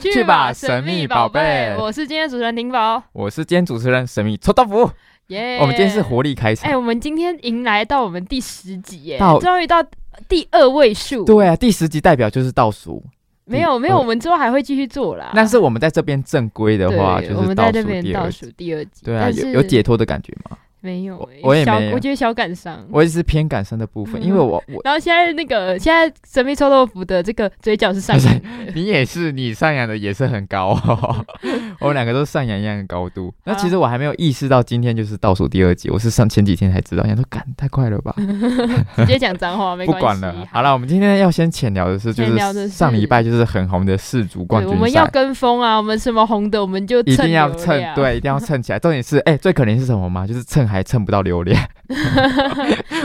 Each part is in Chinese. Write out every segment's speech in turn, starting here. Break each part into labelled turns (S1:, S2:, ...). S1: 去吧神秘宝贝
S2: 我是今天的主持人林宝，
S1: 我是今天主持人神秘臭豆腐。
S2: 耶、
S1: 我们今天是活力开场
S2: 哎哎、，我们今天迎来到我们第十集耶
S1: 到，
S2: 终于到第二位数。
S1: 对啊，第十集代表就是倒数，
S2: 没有没有，
S1: 呃
S2: 我们之后还会继续做啦。
S1: 但是我们在这边正规的
S2: 啊对
S1: 话，就
S2: 我
S1: 是
S2: 们
S1: 倒
S2: 在
S1: 数
S2: 这边
S1: 第
S2: 倒
S1: 二
S2: 数
S1: 集。
S2: 第二集，
S1: 对啊，
S2: 但
S1: 有
S2: 是
S1: 有解脱的感觉吗？
S2: 没有、欸？
S1: 我我也
S2: 小
S1: 没有
S2: 我觉得小感伤。
S1: 我也是偏感伤的部分，
S2: 嗯
S1: 因为我 我
S2: 然后现在那个现在神秘臭豆腐的这个嘴角是上扬的
S1: 你也是，你上扬的也是很 高、哦，我们两个都上扬一样的高度。
S2: 啊
S1: 那其实我还没有意识到今天就是倒数第二集，我是上前几天才知道，想说，干太快了 吧，
S2: 直接讲脏话没
S1: 不
S2: 关系。
S1: 管了。好了，我们今天要先浅聊的是，就
S2: 浅聊的
S1: 是
S2: 是
S1: 上礼拜就是很红的世足冠
S2: 对，我
S1: 军
S2: 们要
S1: 赛，
S2: 跟风啊，我们什么红的我们就
S1: 一定要
S2: 流
S1: 蹭，
S2: 量，
S1: 对，一定要蹭起来。重点是，哎、最可怜是什么吗？就是蹭还蹭不到流 量，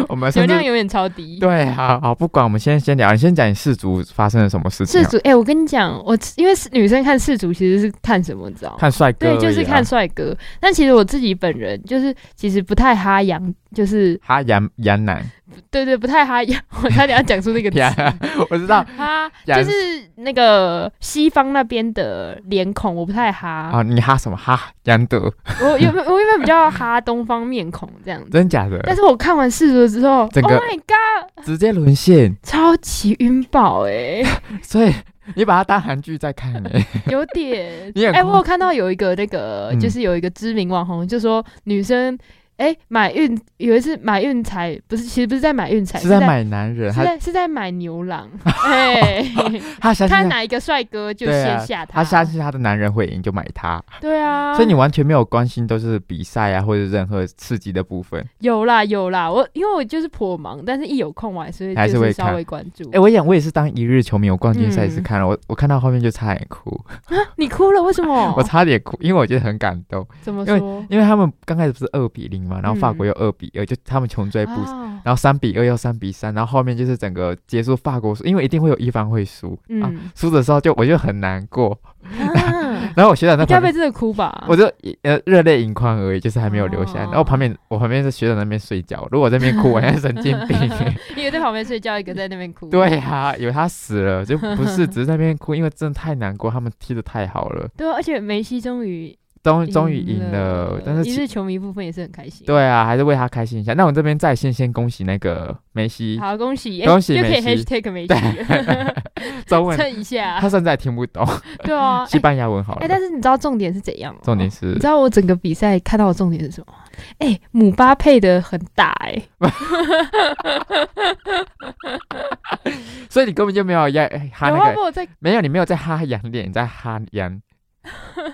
S1: 我们
S2: 流
S1: 甚
S2: 量
S1: 至
S2: 永远超低。
S1: 对，好好不管，我们先先聊，你先讲你世足发生了什么事情
S2: 世
S1: 啊、
S2: 足，哎、我跟你讲，我因为是女生看世足其实是看什么，你知道吗？
S1: 看帅哥而已
S2: 对，就
S1: 啊，
S2: 是看帅哥。但其实我自己本人就是其实不太哈洋，就是
S1: 哈杨杨楠。
S2: 对对，不太哈洋。我差点要讲出那个
S1: 呀
S2: 词，
S1: 我知道
S2: 哈，
S1: 洋
S2: 就是那个西方那边的脸孔，我不太哈。
S1: 啊，你哈什么哈？杨德，
S2: 我有没有我有没有比较哈东方面孔这样子？
S1: 真假的？
S2: 但是我看完世足之后
S1: 整
S2: ，Oh
S1: 个
S2: my god，
S1: 直接沦陷，
S2: 超级晕爆哎、
S1: 所以你把它当韩剧在 看呢、。
S2: 有点
S1: 你很
S2: 哎、
S1: 夸
S2: 我有看到有一个那个，
S1: 嗯
S2: 就是有一个知名网红，就说女生哎、买运有一次买运彩，不是其实不是在买运彩，
S1: 是
S2: 在
S1: 在买男人，
S2: 是
S1: 他
S2: 在是在买牛 郎。哎、
S1: 他相
S2: 看
S1: 信他
S2: 哪一个帅哥就
S1: 对
S2: 先
S1: 啊
S2: 下他。
S1: 他相信他的男人会赢就买他，
S2: 对啊，
S1: 所以你完全没有关心都是比赛啊或者任何刺激的部分。
S2: 有啦有啦，我因为我就是颇忙，但是一有空我还是
S1: 还是
S2: 就
S1: 会
S2: 是
S1: 看
S2: 稍微关注。
S1: 哎、我想我也是当一日球迷，我冠军赛也
S2: 嗯
S1: 是看了，我我看到后面就差点哭，
S2: 你哭了，为什么？
S1: 我差点哭，因为我觉得很感动，
S2: 怎么说？
S1: 因为他们刚开始不是二比零嘛，然后法国
S2: 嗯
S1: 又二比二、就他们穷追不
S2: 啊，
S1: 然后三比二又三比三，然后后面就是整个结束法国输，因为一定会有一方会输，啊，
S2: 嗯，
S1: 输的时候就我就很难过，
S2: 啊
S1: 然后我学长在
S2: 你该
S1: 旁
S2: 不会
S1: 边，
S2: 真的哭吧？
S1: 我就呃热泪盈眶而已，就是还没有流下来。
S2: 哦
S1: 然后旁边我旁边是学长那边睡觉，如果我这边哭，我像神经 病。
S2: 一个在旁边睡觉，一个在那边哭。
S1: 对啊呀、以为他死了，就不是只是在那边哭，因为真的太难过，他们踢的太好了，
S2: 对啊，而且梅西终于
S1: 终 终于赢了
S2: 了，，
S1: 但是
S2: 嗯一
S1: 其。
S2: 日球迷部分也是很开心。，
S1: 对啊，还是为他开心一下。那我们这边在线先恭喜那个梅西，
S2: 好恭喜，哎
S1: 恭喜
S2: 就可以
S1: 梅西
S2: hashtag 梅西，
S1: 中 文
S2: 蹭一下
S1: 他。甚至还听不懂
S2: 对啊，
S1: 西
S2: 哎
S1: 班牙文好了。
S2: 哎，但是你知道重点是怎样吗？
S1: 重点是
S2: 你知道我整个比赛看到的重点是什么吗？哎，姆巴佩的很大哎，
S1: 所以你根本就没有要哎哈
S2: 有
S1: 那
S2: 啊，不
S1: 个，
S2: 过我在
S1: 没有，你没有在哈杨脸，你在哈 杨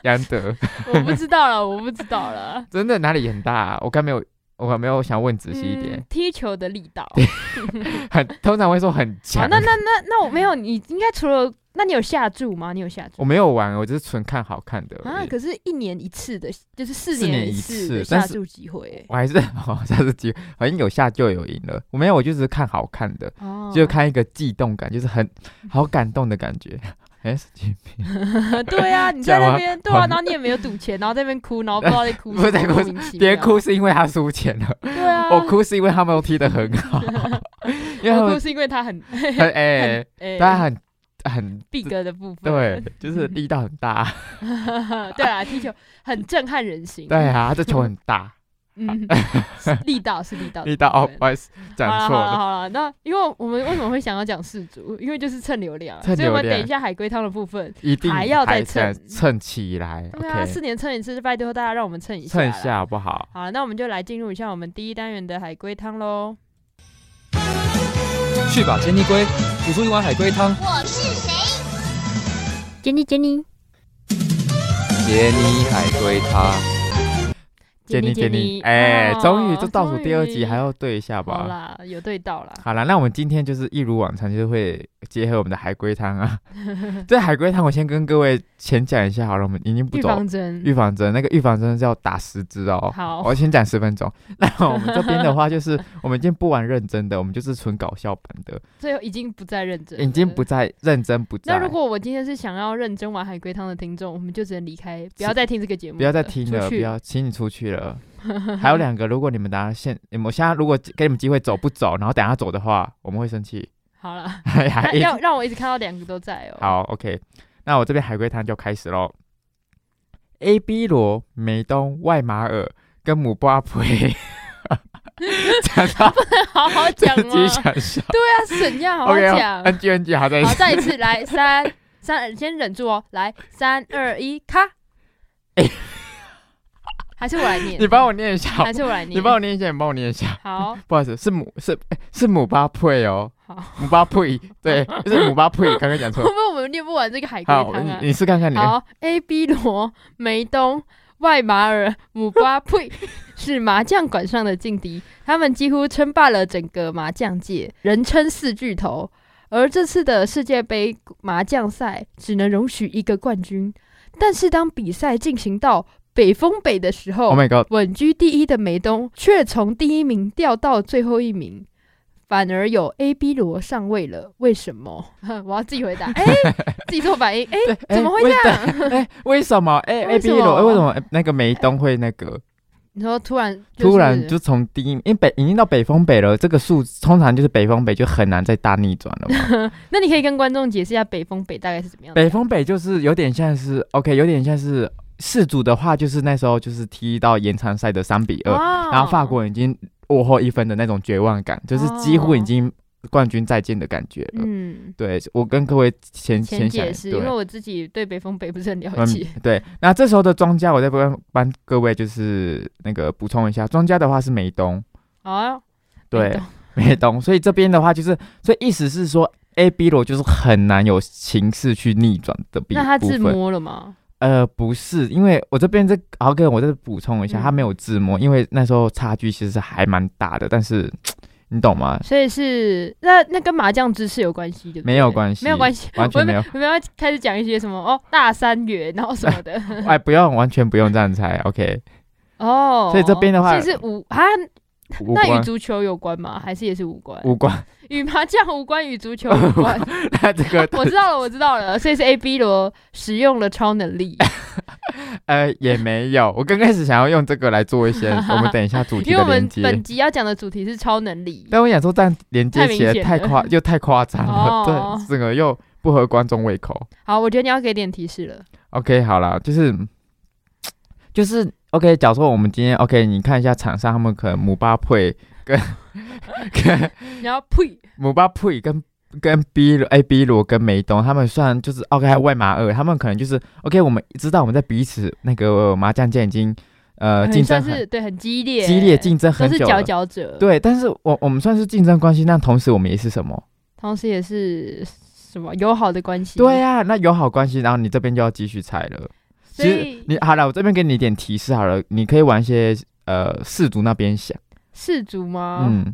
S1: 杨德，
S2: 我不知道了，我不知道 了。
S1: 真的哪里很大、啊？我刚没有，我刚没有想问仔细一点
S2: 嗯，，踢球的力道。
S1: 很通常会说很
S2: 好
S1: 强。
S2: 哦那那那那我没有，你应该除了那你有下注吗？你有下注吗？
S1: 我没有玩，我只是纯看好看的而
S2: 啊，
S1: 已。
S2: 可是，一年一次的，就是四
S1: 四年
S2: 一
S1: 一
S2: 次
S1: 次
S2: 的
S1: 但
S2: 下
S1: 是
S2: 注机会欸。
S1: 我还是 哦，下次机会好像有下就有赢了，我没有，我就只是看好看的，
S2: 哦
S1: 就看一个悸动感，就 是很好感动的感觉。 哎，神经病
S2: 对啊，你
S1: 讲
S2: 在那
S1: 完
S2: 边对啊，然后你也没有赌钱，然后在那边哭，然后不知道在哭什
S1: 不是
S2: 么，
S1: 在哭
S2: 莫名其
S1: 别
S2: 妙
S1: 哭，是因为他输钱了，
S2: 对啊，
S1: 我，哭是因为他们都踢得很好， 因为他
S2: 我
S1: 们
S2: 哭是因为他很
S1: 很哎，
S2: 哎
S1: 他很很
S2: 逼格的部分，
S1: 对， 就是力道很大。
S2: 对啊，踢球很震撼人心，
S1: 对，啊，这球很 大，
S2: 嗯，是力道是力道的部分，
S1: 力道哦，不好意思，
S2: 好
S1: 讲
S2: 了
S1: 错
S2: 好了
S1: 了。
S2: 好了，那因为我们为什么会想要讲世足？因为就是蹭流量啊，
S1: 蹭
S2: 所以我们
S1: 流量
S2: 等一下海龟汤的部分，
S1: 一定
S2: 还要再
S1: 再
S2: 蹭
S1: 蹭起来
S2: 对啊，
S1: ，OK，
S2: 四年蹭一次，拜托大家让我们蹭一下，
S1: 蹭一下好不好？
S2: 好，那我们就来进入一下我们第一单元的海龟汤喽。
S3: 去吧，杰尼龟，煮出一碗海龟汤。
S4: 我是谁？
S2: 杰尼杰尼
S3: 杰尼海龟汤，
S1: 杰尼杰尼，哎，终于这倒数第二集还
S2: 要
S1: 要对一下
S2: 哦好
S1: 吧。
S2: 啦，有对到啦。
S1: 好了，那我们今天就是一如往常，就是会结合我们的海龟汤啊。 这海龟汤我先跟各位浅讲一下好了，我们已经不
S2: 预
S1: 走
S2: 防针，
S1: 预防针，那个预防针是要打十支哦。
S2: 好，
S1: 我先讲十 分钟。那我们这边的话，就是我们已经不玩认真的，我们就是纯搞笑版的，
S2: 最后已经不再认真了，
S1: 已经不再认真，不再。
S2: 那如果我今天是想要认真玩海龟汤的听众，我们就只能离开，不要再听这个节目了，
S1: 不要再听
S2: 出
S1: 了，不
S2: 去
S1: 要，请你出去 了。还有两个，如果你们等下现，你们现在如果给你们机会走不走，然后等下走的话，我们会生气。
S2: 好了，
S1: 还
S2: 那
S1: 一直
S2: 要让我一直看到两个都在哦。
S1: 好，OK。那我这边海龟汤就开始喽。A B 罗、梅东、外马尔跟姆巴 佩，讲到
S2: 好 好讲
S1: 自己
S2: 哦。
S1: 想笑。
S2: 对啊，是怎样？好好
S1: OK，哦
S2: 讲。
S1: NG NG，好再一
S2: 好，
S1: 次。
S2: 再一次，来三三，先忍住哦，来三二一，咔
S1: 哎。
S2: 还是我来念，
S1: 你帮我念一下，
S2: 还是我来念，
S1: 你帮我念一下，你帮我念一下。
S2: 好
S1: 不好意思，是姆是哎是姆巴佩哦，
S2: 好，
S1: 姆巴佩，对，是姆巴佩，刚刚讲 错
S2: 会。不会我们念不完这个海龟
S1: 好，
S2: 汤啊
S1: 你？你试看看你。
S2: 好，A B 罗、梅东、外马尔、姆巴佩 是麻将馆上的劲敌，他们几乎称霸了整个麻将界，人称四巨头。而这次的世界杯麻将赛只能容许一个冠军，但是当比赛进行到北风北的时候
S1: Oh my god！
S2: 稳居第一的梅东却从第一名掉到最后一名，反而有 A B 罗上位了，为什么？ 我要自己回 答，哎、自己做反应，哎、
S1: 对，哎
S2: 怎么会
S1: 为
S2: 这样？
S1: 哎，为什么？哎，A
S2: 为
S1: B
S2: 什么
S1: 罗，哎为什么哎那个梅东会那个
S2: 你说突然、就是、
S1: 突然就从第一，因为北已经到北风北了，这个数通常就是北风北就很难再大逆转了 嘛。
S2: 那你可以跟观众解释一下北风北大概是怎么样的？
S1: 北风北就是有点像是 OK，有点像是世足的话，就是那时候就是踢到延长赛的三比二，
S2: 哦
S1: 呃然后法国已经落后一分的那种绝望感，就是几乎已经冠军再见的感觉了。
S2: 嗯，
S1: 对我跟各位前
S2: 前
S1: 想
S2: 解释，因
S1: 对
S2: 为我自己对北风北不是很了
S1: 嗯
S2: 解。，
S1: 对。那这时候的庄家，我再帮帮各位就是那个补充一下，庄家的话是梅东，
S2: 好啊，
S1: 对
S2: 北，东，
S1: 梅东。所以这边的话就是，所以意思是说，A B 罗就是很难有形势去逆转的比
S2: 那他
S1: 部
S2: 自
S1: 分。
S2: 摸了吗？
S1: 呃，不是，因为我这边这豪哥，我再补充一
S2: 嗯
S1: 下，他没有自摸，因为那时候差距其实还蛮大的，但是你懂吗？
S2: 所以是那那跟麻将知识有关系，对不对？
S1: 没有关系
S2: 没有关系，
S1: 完全没 有
S2: 我们。我们要开始讲一些什么哦，大三元，然后什么的
S1: 哎，不用，完全不用这样猜，OK？
S2: 哦。
S1: 所以这边的
S2: 所
S1: 话
S2: 以是无啊，
S1: 无
S2: 那与
S1: 关
S2: 足球有关吗？还是也是无关？
S1: 无关，
S2: 与麻将无关，与足球无关。
S1: 那这个
S2: 我知道了，我知道了，所以是 A B 罗使用了超能力，
S1: 呃也没有。我刚开始想要用这个来做一 些我们 等一下主题
S2: 因为
S1: 的
S2: 我们
S1: 连接，
S2: 本集要讲的主题是超能力。
S1: 但我想说这样连接
S2: 太明
S1: 起来
S2: 显
S1: 太
S2: 了
S1: 夸又太夸张了，
S2: 哦
S1: 对，整个又不合观众胃口。
S2: 好，我觉得你要给点提示了。
S1: OK，好啦，就是就是 OK。假如说我们今天 OK，你看一下场上他们可能姆巴佩跟 跟
S2: 你要呸，
S1: 姆巴佩跟跟 B 罗 A B 罗跟梅东，他们虽然就是 OK 还有外马尔，他们可能就是 OK，我们知道我们在彼此那个麻将界已经呃竞
S2: 算
S1: 争很
S2: 是对很激烈，
S1: 激烈，竞争
S2: 都
S1: 很
S2: 是
S1: 久
S2: 佼
S1: 了。
S2: 佼者，，
S1: 对，但是我我们算是竞争关系，但同时我们也是什么？
S2: 同时也是什么友好的关系。
S1: 对，啊，那友好关系，然后你这边就要继续猜了。
S2: 所
S1: 其实
S2: 以
S1: 你好了，我这边给你一点提示好了，你可以往一些呃氏族那边想，
S2: 氏族吗？
S1: 嗯，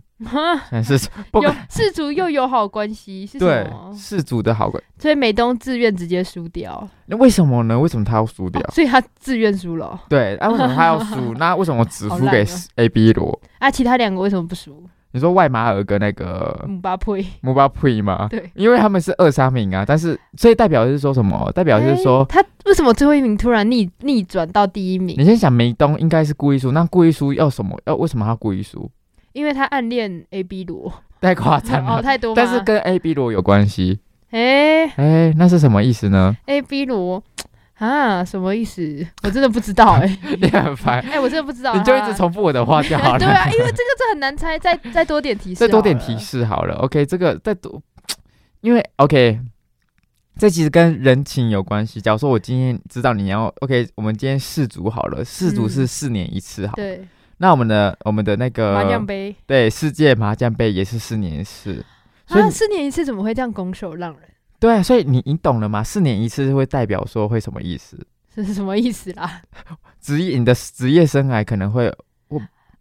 S1: 但是不
S2: 有
S1: 管
S2: 氏族又友好关系是什
S1: 对
S2: 么？
S1: 氏族的好鬼，
S2: 所以美东自愿直接输掉，
S1: 那为什么呢？为什么他要输掉？
S2: 哦所以他自愿输了哦。
S1: 对，啊那、为什么他要 输？那为什么只
S2: 好
S1: 输
S2: 烂
S1: 给
S2: 哦
S1: A B 罗？
S2: 啊，其他两个为什么不输？
S1: 你说外马尔跟那个
S2: 姆巴佩，
S1: 姆巴佩吗？
S2: 嗯对。
S1: 因为他们是二三名啊，但是所以代表是说什么？代表是说，
S2: 他为什么最后一名突然逆逆转到第一名？
S1: 你先想梅东应该是故意输，那故意输要什么？要为什么他故意输？
S2: 因为他暗恋 A B 罗，
S1: 太夸张
S2: 哦，
S1: 啊了，
S2: 太多吗。
S1: 但是跟 A B 罗有关系，
S2: 哎、
S1: 哎、那是什么意 思呢？
S2: A B 罗啊，什么意思？我真的不知道哎、
S1: 你很烦，
S2: 哎、我真的不知道。
S1: 你就一直
S2: 哈
S1: 重复我的话就好了。
S2: 对啊，因为这个这很难猜，再再多点提示，
S1: 再多点提。示好了。OK，这个再多，因为 OK，这其实跟人情有关系。假如说我今天知道你要 OK，我们今天世足好了，世足
S2: 嗯
S1: 是四年一次好。
S2: 对，
S1: 那我们的我们的那
S2: 麻将
S1: 个
S2: 杯
S1: 对世界麻将杯也是四年一次，所以
S2: 啊，
S1: 你
S2: 四年一次怎么会这样拱手让人？
S1: 对，啊所以你你懂了吗？四年一次会代表说会什么意思？
S2: 这是什么意思啦？
S1: 职业你的职业生涯可能会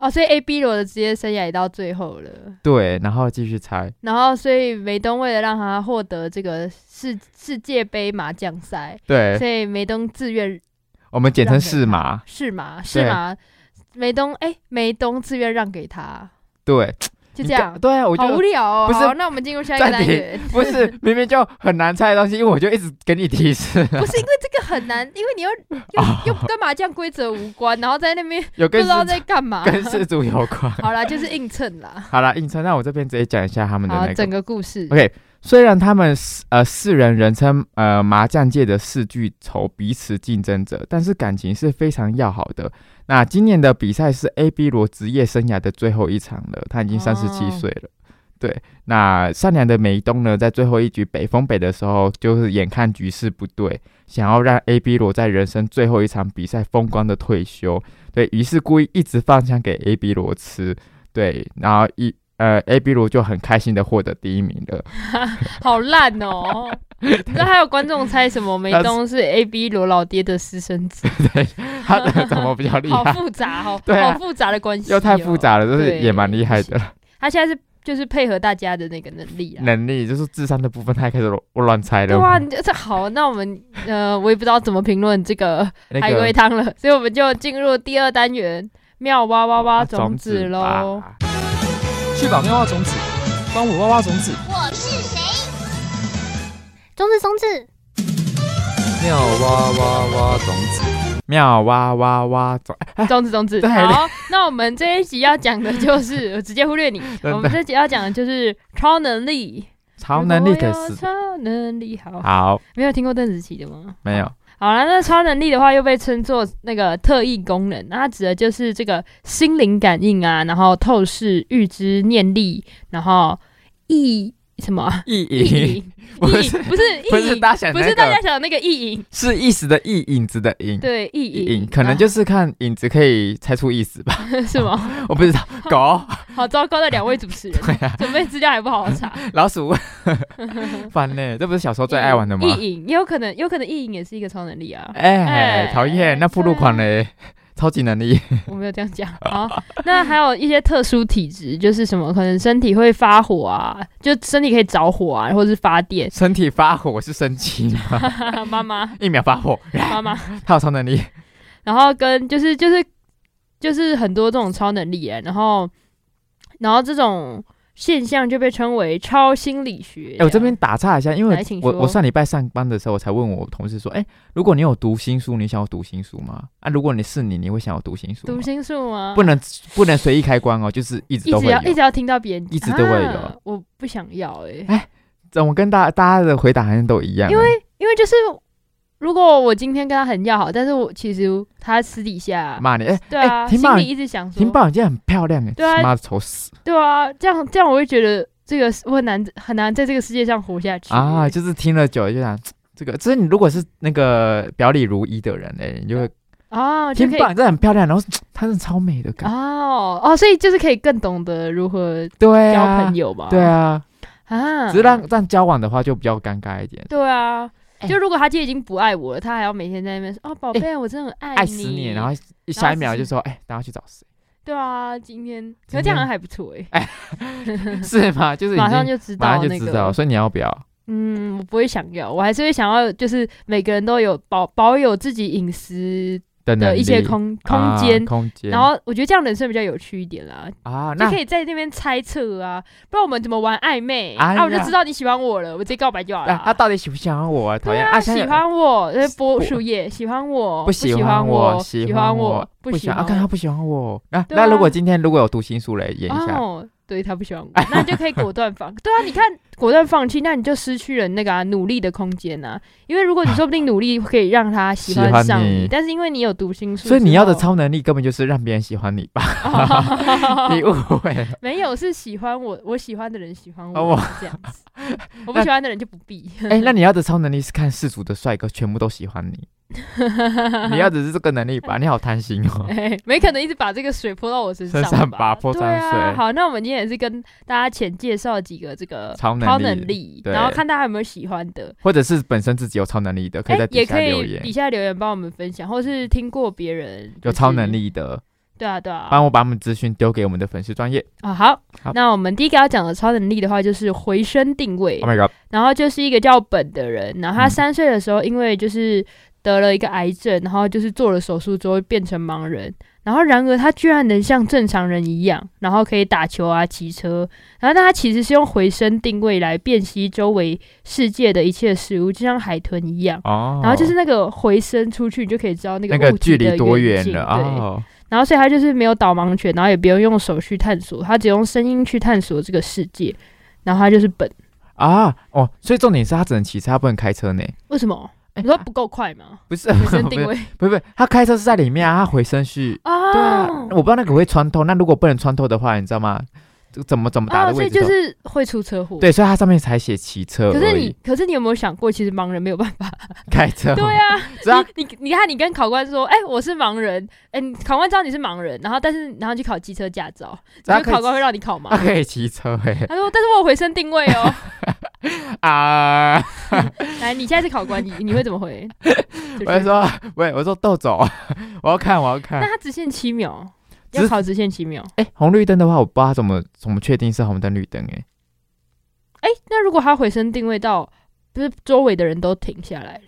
S2: 哦，所以 A B 罗的职业生涯也到最后了。
S1: 对，然后继续猜。
S2: 然后，所以梅东为了让他获得这个世世界杯麻将赛，
S1: 对，
S2: 所以梅东自愿
S1: 我们简
S2: 让
S1: 称
S2: 给
S1: 四
S2: 他
S1: 麻。
S2: 是吗？是吗？梅东哎、梅东自愿让给他，
S1: 对，
S2: 就
S1: 你
S2: 这样
S1: 刚。对啊，我就
S2: 好无聊哦。
S1: 不是
S2: 好，那我们进入下一个
S1: 暂
S2: 单
S1: 停
S2: 元。
S1: 不是，明明就很难猜的东西，因为我就一直给你提示，
S2: 不是因为这个很难，因为你 又又又跟麻将规则无关，然后在那边
S1: 有
S2: 不
S1: 跟
S2: 知道
S1: 世
S2: 在干嘛。
S1: 跟世足有关。
S2: 好啦，就是硬蹭啦。
S1: 好了，应成，那我这边直接讲一下他们的
S2: 好，
S1: 那
S2: 整
S1: 个。
S2: 个故事
S1: OK，虽然他们四呃四人人称呃麻将界的四巨头彼此竞争者，但是感情是非常要好的。那今年的比赛是 A B 罗职业生涯的最后一场了，他已经
S2: 哦
S1: 三十七岁了。对，那善良的梅东呢，在最后一局北风北的时候，就是眼看局势不对，想要让 A B 罗在人生最后一场比赛风光的退休，对于是故意一直放枪给 A B 罗吃，对，然后一呃 A B 罗就很开心的获得第一名了。
S2: 好烂 哦！你知道还有观众猜什么？梅东是 A B 罗老爹的私生子，
S1: 他的怎么比较厉
S2: 好
S1: 害？
S2: 复杂哦，
S1: 啊 对啊
S2: 好复杂的关系、
S1: 又太复。杂了，就是
S2: 对
S1: 也蛮厉害的
S2: 他现在是就是配合大家的那个能力啦。
S1: 能力，就是智商的部分，他也开始我乱猜
S2: 对
S1: 了。
S2: 啊，你这好，那我们呃，我也不知道怎么评论这 个
S1: 那
S2: 海
S1: 个
S2: 龟汤了， 所以我们就进入第二单元妙蛙蛙蛙种子喽。
S1: 啊吧。
S3: 去把妙蛙种子，帮我挖挖种子，
S4: 我是谁？种子，种子，
S3: 妙蛙挖挖种子。
S1: 妙蛙蛙蛙种， 哎
S2: 种子，种子。
S1: 对
S2: 好，那我们这一集要讲的就是，我直接忽略 你。
S1: 的
S2: 我们这一集要讲的就是超能力。
S1: 超能力可
S2: 如果有
S1: 是
S2: 超能力好，
S1: 好
S2: 没有听过邓紫棋的吗？
S1: 没有
S2: 好了，那超能力的话又被称作那个特异功能，那它指的就是这个心灵感应啊，然后透视、预知、念力，然后意什么啊
S1: 意
S2: 意
S1: 淫，
S2: 淫
S1: 不
S2: 意
S1: 是
S2: 不是意
S1: 不是
S2: 淫
S1: 大家想
S2: 不
S1: 那
S2: 是大家
S1: 个，
S2: 想的那个意淫，
S1: 是意识的意，影子的影。
S2: 对意
S1: 意
S2: 淫
S1: 影可能就是看影子可以猜出意思吧，
S2: 啊 是吗？
S1: 我不 知道。狗、
S2: 好糟糕的两位主持 人，
S1: 啊
S2: 准备资料还不好好查。
S1: 老鼠， 烦呢，这不是小时候最爱玩的吗？
S2: 意淫也有可能，有可能意淫也是一个超能力啊。
S1: 哎
S2: 哎，啊
S1: 讨厌，那附录款嘞，超级 能力，。
S2: 我没有这样讲。好，那还有一些特殊体质，就是什么可能身体会发火啊，就身体可以着火啊，或者是发电
S1: 身体发火，我是生气吗？
S2: 妈妈，
S1: 一秒发火，
S2: 妈妈，
S1: 他有超能
S2: 啊
S1: 力，
S2: 然后跟就是就是就是很多这种超能力哎、然后然后这种现象就被称为超心理学。
S1: 哎、我这边打岔一下，因为
S2: 来请
S1: 我
S2: 说
S1: 我上礼拜上班的时候，我才问我同事说，哎、如果你有读心术，你想要读心术吗？啊，如果你是你，你会想要读心术吗？
S2: 读心术吗？
S1: 不能不能随意开关哦， 就是一直
S2: 一
S1: 都
S2: 直
S1: 会有
S2: 要。一直要听到别人，
S1: 一直都会有
S2: 啊我不想要哎、
S1: 怎么跟大大家的回答好像都一样？啊
S2: 因为因为就是如果我今天跟他很要好，但是我其实他私底下。
S1: 骂你，哎、
S2: 对啊，
S1: 哎
S2: 心
S1: 婷宝
S2: 里一直想说，
S1: 婷宝你今天很漂亮哎，
S2: 对啊
S1: 妈的丑死
S2: 对啊，这样这样我会觉得这个我很难很难在这个世界上活下去
S1: 啊！就是听了久了就想。这个，这是你如果是那个表里如一的人哎、你就会
S2: 啊，就
S1: 婷
S2: 可以
S1: 宝，你真的很漂亮，然后她是超美的感觉，
S2: 哦哦，所以就是可以更懂得如何
S1: 对
S2: 交
S1: 啊
S2: 朋，友嘛，
S1: 对啊，
S2: 啊，
S1: 只是让让交往的话就比较尴尬一点，
S2: 对啊。
S1: 哎哎
S2: 就如果他今天已经不爱我了，他还要每天在那边说：“哦，宝贝，我真的很爱
S1: 爱死你，然后一
S2: 然
S1: 下
S2: 后
S1: 一秒
S2: 自己
S1: 就说，哎、等下去找 谁？
S2: 对啊，今天可
S1: 今
S2: 是
S1: 天
S2: 这样还不错哎、
S1: 是吗？就是已经
S2: 马上就知
S1: 马
S2: 道
S1: 上就
S2: 那
S1: 知道，
S2: 个，
S1: 所以你要不要？
S2: 嗯，我不会想要，我还是会想要，就是每个人都有保保有自己隐私
S1: 等
S2: 的一些空空间
S1: 啊、，空间，
S2: 然后我觉得这样人生比较有趣一点啦，
S1: 啊，
S2: 就
S1: 那
S2: 可以在那边猜测啊，不然我们怎么玩暧昧？
S1: 哎呀
S2: 啊，我就知道你喜欢我了，我直接告白就好了。
S1: 啊，他到底喜不喜欢我啊？讨
S2: 对
S1: 厌
S2: 啊，
S1: 现在
S2: 喜欢我，呃，
S1: 不
S2: 播树叶喜欢我，
S1: 不
S2: 喜
S1: 欢
S2: 我，
S1: 喜
S2: 欢
S1: 我，
S2: 不
S1: 喜
S2: 喜
S1: 欢啊，看他
S2: 我。
S1: 不喜欢我。那
S2: 对啊
S1: 那如果今天如果有读心术来演一下，
S2: 哦，对他不喜欢我，那你就可以果断放。对啊，你看果断放弃，那你就失去了那个啊努力的空间啊。因为如果你说不定努力可以让他喜
S1: 喜欢
S2: 欢上
S1: 你
S2: 你，但是因为你有读心术之后，
S1: 所以你要的超能力根本就是让别人喜欢你吧？
S2: 哦
S1: 你误 会了，
S2: 没有是喜欢我，我喜欢的人喜欢
S1: 哦
S2: 我是这样 子，我不喜欢的人就不必。
S1: 哎，那你要的超能力是看世俗的帅哥全部都喜欢 你，你要的是这个能力吧？你好贪心哦。
S2: 哎、没可能一直把这个水泼到我身上吧，
S1: 身上吧泼
S2: 对
S1: 脏水
S2: 啊。好，那我们今天也是跟大家浅介绍几个这个
S1: 超能力
S2: 力
S1: 对
S2: 然后看大家有没有喜欢的。
S1: 或者是本身自己有超能力的，可以
S2: 哎
S1: 在
S2: 也
S1: 底下
S2: 可
S1: 留
S2: 以
S1: 言。
S2: 底下留言帮我们分享，或是听过别人、
S1: 有超能。力的，
S2: 对啊，对啊。
S1: 帮我把我们资讯丢给我们的粉丝专业。
S2: 啊，好。
S1: 好
S2: 那我们第一个要讲的超能力的话，就是回声定位
S1: Oh my god！
S2: 然后就是一个叫本的人，然后他
S1: 嗯
S2: 三岁的时候，因为就是得了一个癌症，然后就是做了手术之后变成盲人。然后然而他居然能像正常人一样，然后可以打球啊、骑车。然后但他其实是用回声定位来辨析周围世界的一切事物，就像海豚一样。
S1: 哦，
S2: 然后就是那个回声出去，你就可以知道那个
S1: 那个
S2: 物
S1: 距
S2: 体的
S1: 离多
S2: 远
S1: 远
S2: 近
S1: 了
S2: 对，
S1: 哦，
S2: 然后所以他就是没有导盲犬，然后也不用用手去探索，他只用声音去探索这个世界。然后他就是本，
S1: 啊，哦，所以重点是他只能骑车，他不能开车呢。
S2: 为什么？
S1: 哎
S2: 你说
S1: 啊
S2: 不够快吗？
S1: 不是，
S2: 女
S1: 不是，
S2: 生
S1: 不
S2: 定
S1: 是
S2: 位
S1: 不是，他开车是在里面啊，他回声是。
S2: 啊
S1: 对啊，我不知道那个会穿透。那如果不能穿透的话，你知道吗？这怎么怎么打
S2: 啊，
S1: 的
S2: 所
S1: 位
S2: 以
S1: 置都、
S2: 就是会出车祸。，
S1: 对，所以它上面才写骑车而已，
S2: 可是你，可是你有没有想过，其实盲人没有办 法？
S1: 开车，
S2: 对， 啊，
S1: 只要
S2: 你你看，你跟考官说，哎、我是盲人，哎、你考官知道你是盲人，然后但是然后去考机车驾照，
S1: 只要
S2: 你
S1: 啊可
S2: 觉得
S1: 以
S2: 考官会让你考
S1: 它
S2: 吗？
S1: 可以骑车哎、
S2: 他说，但是我有回声定位哦。
S1: 啊！
S2: 来，你现在是考官，你你会怎么 回？就
S1: 我就是说，喂，我说豆总， 我要看，我要看
S2: 那。他直线七秒，
S1: 只
S2: 要考直线七秒。
S1: 哎、红绿灯的话，我不知道它怎么怎么确定是红灯绿灯哎、
S2: 哎、那如果他回声定位到，不是周围的人都停下来，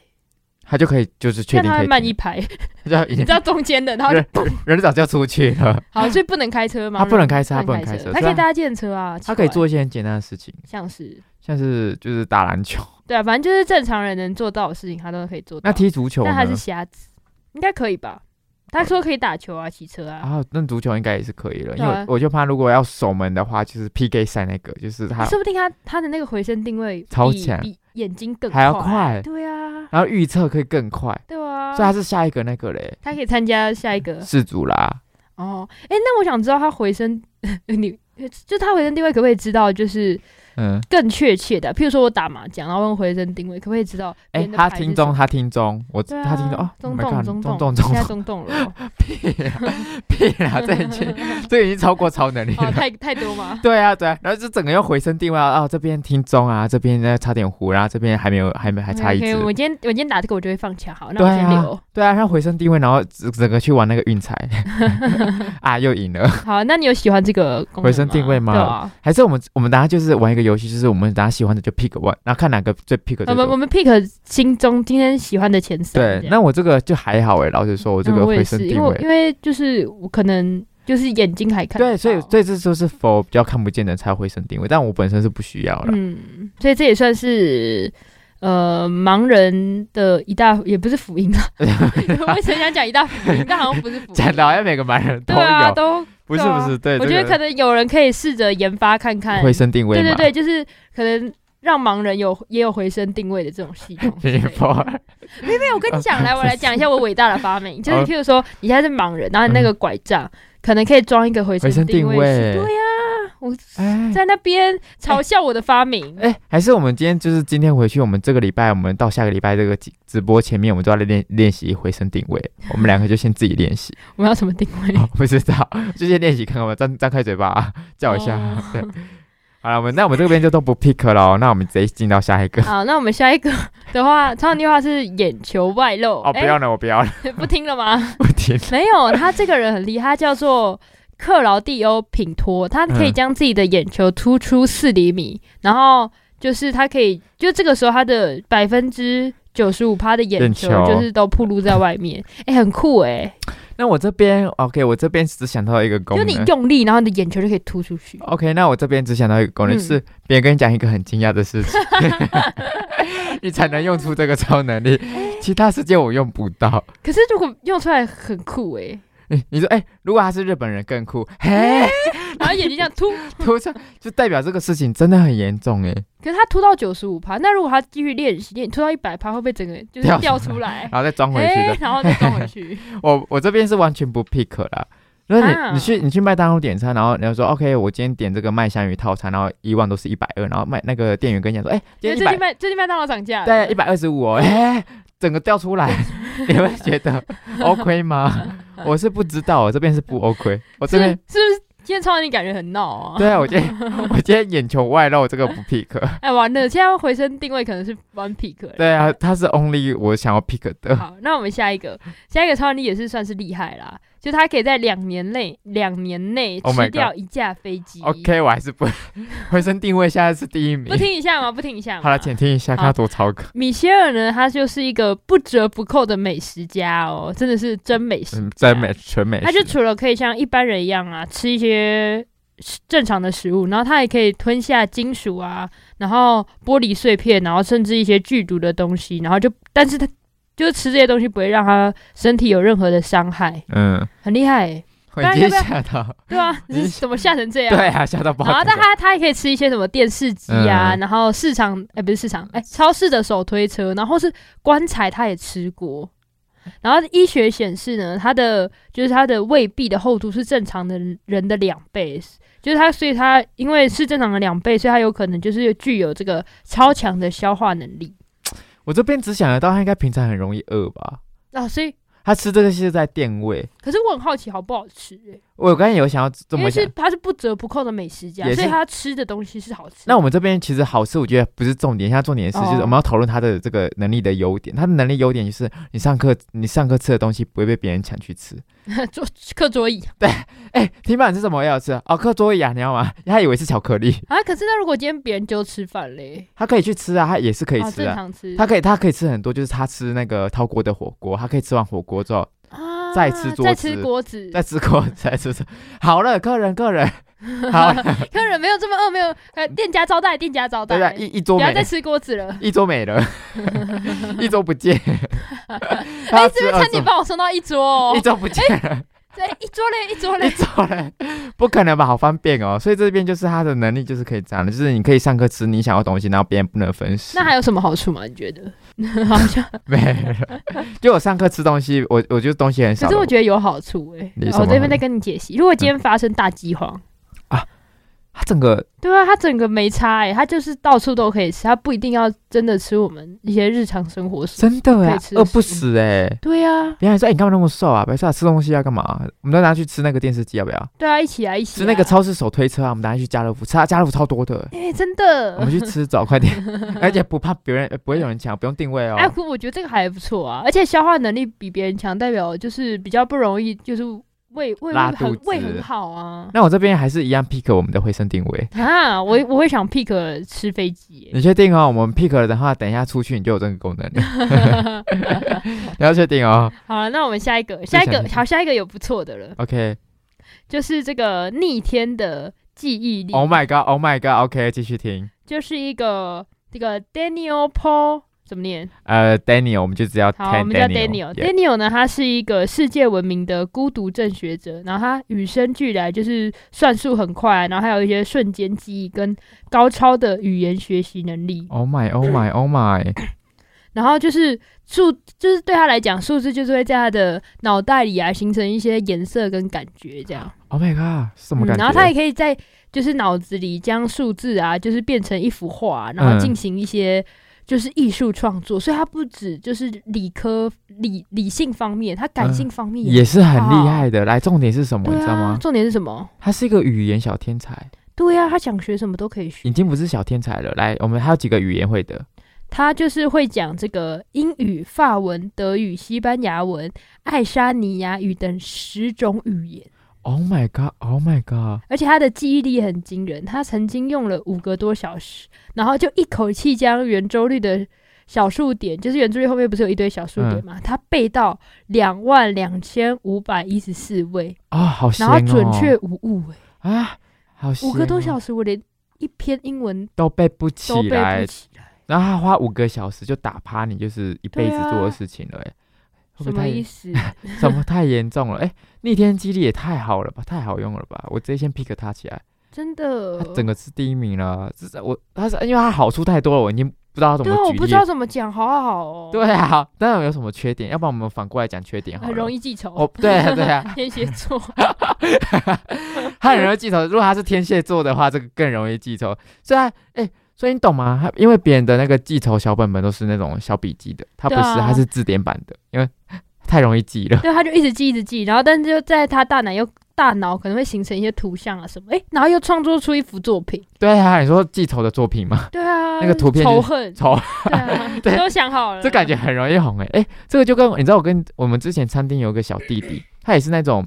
S1: 他就可以就是确
S2: 那
S1: 定
S2: 他
S1: 可
S2: 会
S1: 以
S2: 慢一
S1: 停，
S2: 排，
S1: 他就要已
S2: 你
S1: 经
S2: 知道中间的，然后就
S1: 人人早就出去 了，
S2: 好，所以不能开车吗？
S1: 他不能开车，他
S2: 他
S1: 不能开车，
S2: 他可
S1: 虽
S2: 以
S1: 然
S2: 搭建车啊，
S1: 他可以
S2: 奇怪，
S1: 做一些很简单的事情，
S2: 像是
S1: 像是就是打篮球，
S2: 对啊，反正就是正常人能做到的事情，他都可以做到。
S1: 那踢足球
S2: 但他是
S1: 呢？
S2: 瞎子，应该可以吧？他说可以打球啊，骑车啊，
S1: 啊，那足球应该也是可以了，因
S2: 对
S1: 为
S2: 啊
S1: 我我就怕如果要守门的话，就是 PK 赛那个，就是他
S2: 说不定他他的那个回声定位
S1: 超
S2: 比
S1: 强
S2: 比眼睛更
S1: 还要快
S2: 对啊，
S1: 然后预测可以更快，
S2: 对啊，呃
S1: 所以他是下一个那个嘞，
S2: 他可以参加下一 个
S1: 四组啦。
S2: 哦。哎，那我想知道他回声， 你就他回声定位可不可以知道，就是
S1: 嗯，
S2: 更确切的？譬如说我打麻将，然后问回声定位，可不可以知道？
S1: 哎、他听
S2: 钟。
S1: 钟，他听钟，我、
S2: 对啊，
S1: 他听钟哦，
S2: 中
S1: my
S2: 洞中
S1: god，中
S2: 洞，
S1: 中中
S2: 现在
S1: 中
S2: 中洞了哦，
S1: 屁啦 屁啦，这已 经这已经超过超能力
S2: 哦，
S1: 了。
S2: 太太多吗？
S1: 对啊，对啊，然后就整个又回声定位啊，哦这边听钟啊，这边呢差点糊，然后这边还没有，还没还差一
S2: OK，
S1: 只。
S2: 我今天我今天打这个我就会放弃，好，那
S1: 对
S2: 我先留
S1: 啊。，对啊，然后回声定位，然后整整个去玩那个运彩 啊，又赢了。
S2: 好，那你有喜欢这个功能
S1: 回声定位吗
S2: 对啊，
S1: 还是我们我们大家就是玩一个游戏，就是我们大家喜欢的就 pick one，然后看哪个最 pick 最
S2: 我们我
S1: 多。
S2: 们 pick 心中今天喜欢的前三这样。
S1: 对，那我这个就还好哎、老实说，我这
S2: 嗯
S1: 个
S2: 我
S1: 回
S2: 也
S1: 声
S2: 是，因
S1: 定
S2: 为我因
S1: 位，
S2: 为就是我可能就是眼睛还看得
S1: 对，所以
S2: 到
S1: 所以这就是否比较看不见的才回声定位，但我本身是不需要 了。
S2: 嗯，所以这也算是。呃，盲人的一大也不是福 音啊， 我一直想讲一大福音，但好像不是福音。
S1: 讲的好像每个盲人都
S2: 啊对
S1: 有，
S2: 啊，都
S1: 不是
S2: 对
S1: 不
S2: 啊
S1: 是，对，
S2: 我
S1: 这
S2: 觉得
S1: 个
S2: 可能有人可以试着研发看看，
S1: 回声定位
S2: 对
S1: 嘛，
S2: 对对，就是可能让盲人有也有回声定位的这种系 统。
S1: 你
S2: 对
S1: 不
S2: 没有，我跟你讲，来我来讲一下我伟大的发明，就是
S1: 好
S2: 譬如说你现在是盲人，然后你那个拐杖可能可以装一个回
S1: 嗯回声
S2: 声定
S1: 定
S2: 器
S1: 位
S2: 对呀、我
S1: 哎
S2: 在那边嘲笑我的发明，
S1: 哎，还是我们今天就是今天回去，我们这个礼拜，我们到下个礼拜这个直直播前面，我们都要练练习回声定位，我们两个就先自己练习，
S2: 我们要什么定位？
S1: 哦不知道就先练习看看吧，张张开嘴巴 啊叫一下
S2: 哦，
S1: 对，好了，我们那我们这边就都不 pick 了哦， 那我们直接进到下一个。
S2: 好，那我们下一个的话，超能力的话是眼球外露。
S1: 哦，不要了，我不要了，
S2: 哎，不听了吗？
S1: 不听了。
S2: 没有，他这个人很厉害，他叫做克劳蒂欧·品托，他可以
S1: 嗯
S2: 将自己的眼球突出四厘米，然后就是他可以，就这个时候他的百分之九十五趴的眼
S1: 眼
S2: 球
S1: 球
S2: 就是都暴露在外 面，哎、很酷哎、
S1: 那我这边 OK，我这边只想到一个功
S2: 就
S1: 能，
S2: 你用力，然后你的眼球就可以突出去。
S1: OK，那我这边只想到一个功
S2: 嗯
S1: 能，就是别人跟你讲一个很惊讶的 事情， 你才能用出这个超能力，
S2: 哎
S1: 其他时间我用不到。
S2: 可是如果用出来很酷哎、
S1: 你你说，哎、如果他是日本人更酷， 嘿，
S2: 然后眼睛这样 突，
S1: 涂上就代表这个事情真的很严重哎，
S2: 可是他突到九十五趴，那如果他继续练习，练突到一百趴，会不会整个就是
S1: 掉
S2: 掉出来？
S1: 然后再装回去
S2: 哎、
S1: 的。
S2: 然后再装回 去。
S1: 我我这边是完全不 pick 啦。就是你、
S2: 啊
S1: 你去你去麦当劳点餐，然后然后说 OK，我今天点这个麦香鱼套餐，然后以往都是一百二，然后麦那个店员跟你讲说，哎、
S2: 因
S1: 今
S2: 为
S1: 天一
S2: 最
S1: 百
S2: 近麦最近麦当劳涨价了，
S1: 对，一百二十五哦，哎、整个掉出来， 你会觉得 OK 吗？我是不知道，我这边是不 OK，我这
S2: 是
S1: 边
S2: 是不是今天超能力感觉很闹啊？
S1: 对啊，我今天我今天眼球外露，这个不 pick，
S2: 哎，完了，现在回声定位可能是 one pick 了。
S1: 对啊，它是 only 我想要 pick 的，
S2: 好，那我们下一个，下一个超能力也是算是厉害啦，就他可以在两年内两年内
S1: Oh my
S2: 吃掉一架飞机。
S1: OK，我还是不回声定位现在是第一名
S2: 不，听一下吗？不听一下吗？
S1: 好了，请听一下，看他多超哥，
S2: 米歇尔呢，他就是一个不折不扣的美食家哦，真的是真美食。
S1: 嗯，真美纯美
S2: 他就
S1: 食，
S2: 除了可以像一般人一样啊，吃一些正常的食物，然后他也可以吞下金属啊，然后玻璃碎片，然后甚至一些剧毒的东西，然后就，但是他就是吃这些东西不会让他身体有任何的伤害，
S1: 嗯，
S2: 很厉害欸、
S1: 我
S2: 不然
S1: 今天
S2: 要不要
S1: 吓到，
S2: 对 啊，你
S1: 你
S2: 是怎么吓成这样？
S1: 对啊，吓到爆。
S2: 然后，但他他也可以吃一些什么电视机啊，
S1: 嗯
S2: 然后市场哎、不是市场哎、超市的手推车，然后是棺材，他也吃过。然后医学显示呢，他的就是他的胃壁的厚度是正常的人的两倍，就是他，所以他因为是正常的两倍，所以他有可能就是具有这个超强的消化能力
S1: 我这边只想得到，他应该平常很容易饿吧？
S2: 啊。所以，
S1: 他吃这个是在垫胃。
S2: 可是我很好奇好不好吃、欸，
S1: 我刚才有想要这
S2: 因
S1: 么
S2: 为
S1: 想
S2: 是，他是不折不扣的美食家
S1: 也，是
S2: 所以他吃的东西是好吃的。
S1: 那我们这边其实好吃，我觉得不是重点，现在重点是就是
S2: 哦
S1: 我们要讨论他的这个能力的优点。他的能力优点就是你上课你上课吃的东西不会被别人抢去吃。
S2: 桌课桌椅
S1: 哎、平板是什么？我也要吃哦，课桌椅啊，你要吗？他以为是巧克力，
S2: 啊，可是那如果今天别人就吃饭嘞？
S1: 他可以去吃啊，他也是可以
S2: 啊，
S1: 吃
S2: 正
S1: 啊。
S2: 常吃，
S1: 他可以，他可以吃很多，就是他吃那个掏锅的火锅，他可以吃完火锅之后
S2: 啊
S1: 再吃桌
S2: 再
S1: 子
S2: 吃锅子，
S1: 再吃锅， 再吃吃。好了，客人，客人，好了，
S2: 客人没有这么饿，没有呃，店家招待，店家招
S1: 对
S2: 待
S1: 啊，，一一
S2: 不
S1: 桌
S2: 要再
S1: 没，
S2: 吃锅子了。
S1: 一桌没 了，一桌不见。
S2: 哎，
S1: 他
S2: 这边
S1: 二
S2: 差
S1: 十
S2: 点把我送到一桌哦
S1: 一，周不见了，
S2: 对，一桌嘞，一桌
S1: 一
S2: 嘞，
S1: 周嘞，不可能吧？好方便哦。所以这边就是他的能力，就是可以这样的，就是你可以上课吃你想要的东西，然后别人不能分食。
S2: 那还有什么好处吗？你觉得？好像，
S1: 没了。就我上课吃东西，我我就东西很少
S2: 可
S1: 的。
S2: 是我觉得有好处哎
S1: 你。什
S2: 我
S1: 么嗯
S2: 这边在跟你解析，如果今天发生大饥荒。
S1: 他整个
S2: 对啊，它整个没差哎、它就是到处都可以吃，它不一定要真的吃我们一些日常生活所。
S1: 真的
S2: 可
S1: 哎
S2: 以吃，
S1: 饿不
S2: 食物
S1: 死哎。
S2: 对啊，
S1: 别人还说：“哎、你干嘛那么瘦啊？白色、啊、吃东西要干嘛、我们都拿去吃那个电视机，要不要？
S2: 对啊，一起啊，一起啊、
S1: 吃那个超市手推车啊！我们拿去家乐福，吃啊，家乐福超多的。
S2: 哎、真 的，
S1: 我们去吃早，快点！而且不怕别人，呃不会有人抢，不用定位哦。
S2: 哎，可我觉得这个还不错啊，而且消化能力比别人强，代表就是比较不容易，就是胃胃
S1: 拉
S2: 胃很
S1: 肚
S2: 胃
S1: 子
S2: 很好啊。
S1: 那我这边还是一样 pick 我们的回声定 位。
S2: 啊，我我会想 pick 吃飞 机、
S1: 你确定哦？我们 pick 了的话，等一下出去你就有这个功能了。
S2: 欸。
S1: 你要确定哦。
S2: 好了，那我们下一个，下一
S1: 想
S2: 个
S1: 一下
S2: 好，下一个有不错的了，
S1: OK。
S2: 就是这个逆天的记忆力，
S1: Oh my god. Oh my god. OK，继续听。
S2: 就是一个这个 Daniel Paul 怎么念？
S1: 呃，Daniel，我们就只要
S2: 好，我
S1: Tan
S2: 们叫
S1: Daniel
S2: Daniel。
S1: Yeah。
S2: Daniel 呢，他是一个世界闻名的孤独症学者，然后他与生俱来就是算术很快，然后还有一些瞬间记忆跟高超的语言学习能力。
S1: Oh my. Oh my. Oh my。
S2: 然后就是数，就是对他来讲，数字就是会在他的脑袋里啊形成一些颜色跟感觉这样。
S1: Oh my god，是什么
S2: 嗯
S1: 感觉？
S2: 然后他也可以在就是脑子里将数字啊，就是变成一幅画，然后
S1: 嗯
S2: 进行一些就是艺术创作。所以他不止就是理科理理性方面，他感性方面
S1: 嗯也是很厉
S2: 好
S1: 害的。来，重点是什么？
S2: 对
S1: 你知道
S2: 啊
S1: 吗，？
S2: 重点是什么？
S1: 他是一个语言小天才，
S2: 对啊，他想学什么都可以学
S1: 已。经不是小天才了。来，我们还有几个语言会的。
S2: 他就是会讲这个英语、法文、德语、西班牙文、爱沙尼亚语等十种语言，
S1: Oh my god. Oh my god。
S2: 而且他的记忆力也很惊人。他曾经用了五个多小时，然后就一口气将圆周率的小数点，就是圆周率后面不是有一堆小数
S1: 嗯
S2: 点嘛，他背到两万两千五百一十四位，
S1: 啊，好闲
S2: 然
S1: 哦。
S2: 后准确无误、欸，
S1: 啊，好闲哦
S2: 五个多小时，我连一篇英文
S1: 都背不起
S2: 都背
S1: 来
S2: 不，起来。
S1: 然后他花五个小时就打趴你，就是一辈子
S2: 对啊
S1: 做的事情了、欸，会不
S2: 什
S1: 会
S2: 么
S1: 太
S2: 意思？
S1: 什么太严重了？哎、逆天激励也太好了吧，太好用了吧！我直接先 pick 他起来，
S2: 真的
S1: 他，整个是第一名了。这是我他是因为他好处太多了，我已经不知道怎
S2: 对
S1: 么
S2: 啊，我
S1: 举
S2: 不
S1: 例
S2: 知。道怎么讲，好好哦，
S1: 对啊，当然有什么缺点，要不然我们反过来讲缺点好了。
S2: 很容
S1: 易
S2: 易记仇。
S1: 哦，对啊对啊，
S2: 天蝎座，
S1: 他很容易记仇。如果他是天蝎座的话，这个更容易记仇。虽然哎。所以你懂吗？他因为别人的那个记仇小本本都是那种小笔记的，他不
S2: 对
S1: 是，
S2: 啊
S1: 他是字典版的，因为太容易记了。
S2: 对，他就一直记，一直记，然后但是就在他大脑又大脑可能会形成一些图像啊什么，诶，然后又创作出一幅作品。
S1: 对啊，你说记仇的作 品吗？
S2: 对啊，
S1: 那个图片就是
S2: 仇恨，
S1: 仇，
S2: 对啊，
S1: 对
S2: 都想好了，
S1: 这感觉很容易红哎、哎、这个就跟你知道，我跟我们之前餐厅有一个小弟弟，他也是那种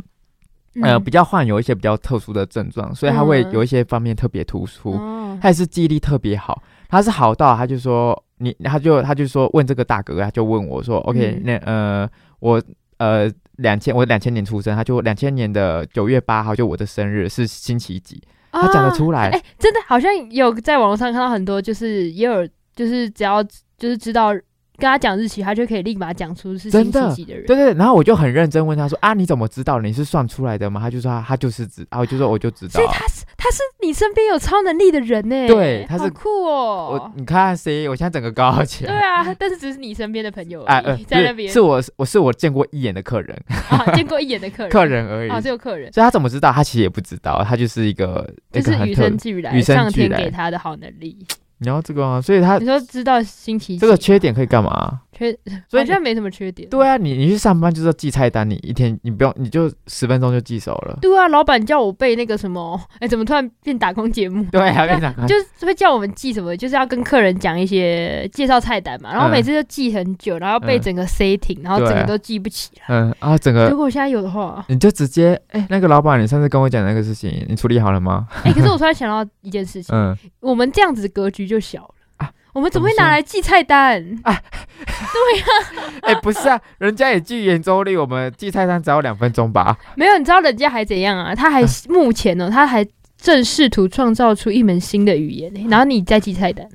S1: 呃比较患有一些比较特殊的症状，所以他会
S2: 嗯
S1: 有一些方面特别突出。
S2: 嗯，
S1: 他也是记忆力特别好，他是好到他就说你，他就他就说问这个大哥，他就问我说，OK，、
S2: 嗯
S1: 那呃我呃两千我两千年出生，他就两千年的九月八号就我的生日是星期几，
S2: 哦
S1: 他讲得出来
S2: 哎、真的好像有在网络上看到很多，就是也有就是只要就是知道跟他讲日期，他就可以立马讲出是
S1: 真
S2: 星
S1: 的
S2: 期几的人。
S1: 对对，然后我就很认真问他说啊，你怎么知道？你是算出来的吗？他就说他他就是知，啊，我就说我就知道
S2: 所以。他是他是你身边有超能力的人呢、
S1: 对他是
S2: 好酷
S1: 我
S2: 哦。
S1: 你看谁？我现在整个高起
S2: 对
S1: 来。
S2: 啊，但是只是你身边的朋友
S1: 哎，
S2: 而
S1: 呃，
S2: 已，在那
S1: 不是
S2: 边
S1: 是我我是我见过一眼的客人，
S2: 啊见过一眼的客人，
S1: 客人而已。
S2: 啊，只有客人，
S1: 所以他怎么知道？他其实也不知道，他就是一个
S2: 就
S1: 一
S2: 是
S1: 个很
S2: 与
S1: 特
S2: 生。俱来，
S1: 与生
S2: 上
S1: 俱
S2: 天
S1: 来
S2: 给他的好能 力。
S1: 你要这个吗？所以他
S2: 你说知道星期
S1: 这个
S2: 几
S1: 缺点可以干嘛、
S2: 缺，
S1: 所以
S2: 好像没什么缺点。
S1: 对啊，你你去上班就是要记菜单，你一天你不用你就十分钟就记熟 了。
S2: 对啊，老板叫我背那个什么，哎，怎么突然变打工节目？
S1: 对啊，跟你讲，
S2: 就是会叫我们记什么，就是要跟客人讲一些介绍菜单嘛。然后
S1: 嗯
S2: 每次都记很久，然后背
S1: 嗯
S2: 整个 setting，然后
S1: 对
S2: 整个都记不起来。
S1: 嗯啊，整
S2: 如
S1: 个
S2: 果我现在有的话，
S1: 你就直接哎、那个老板，你上次跟我讲那个事情，你处理好 了吗？
S2: 哎，可是我突然想到一件事情，
S1: 嗯，
S2: 我们这样子格局就小了
S1: 啊。
S2: 我们怎么会
S1: 怎么
S2: 拿
S1: 说
S2: 来记菜单？
S1: 哎、不是啊，人家也据圆周率，我们记菜单只要两分钟吧？
S2: 没有，你知道人家还怎样啊？他还目前哦，他还正试图创造出一门新的语言呢、欸然后你在记菜单，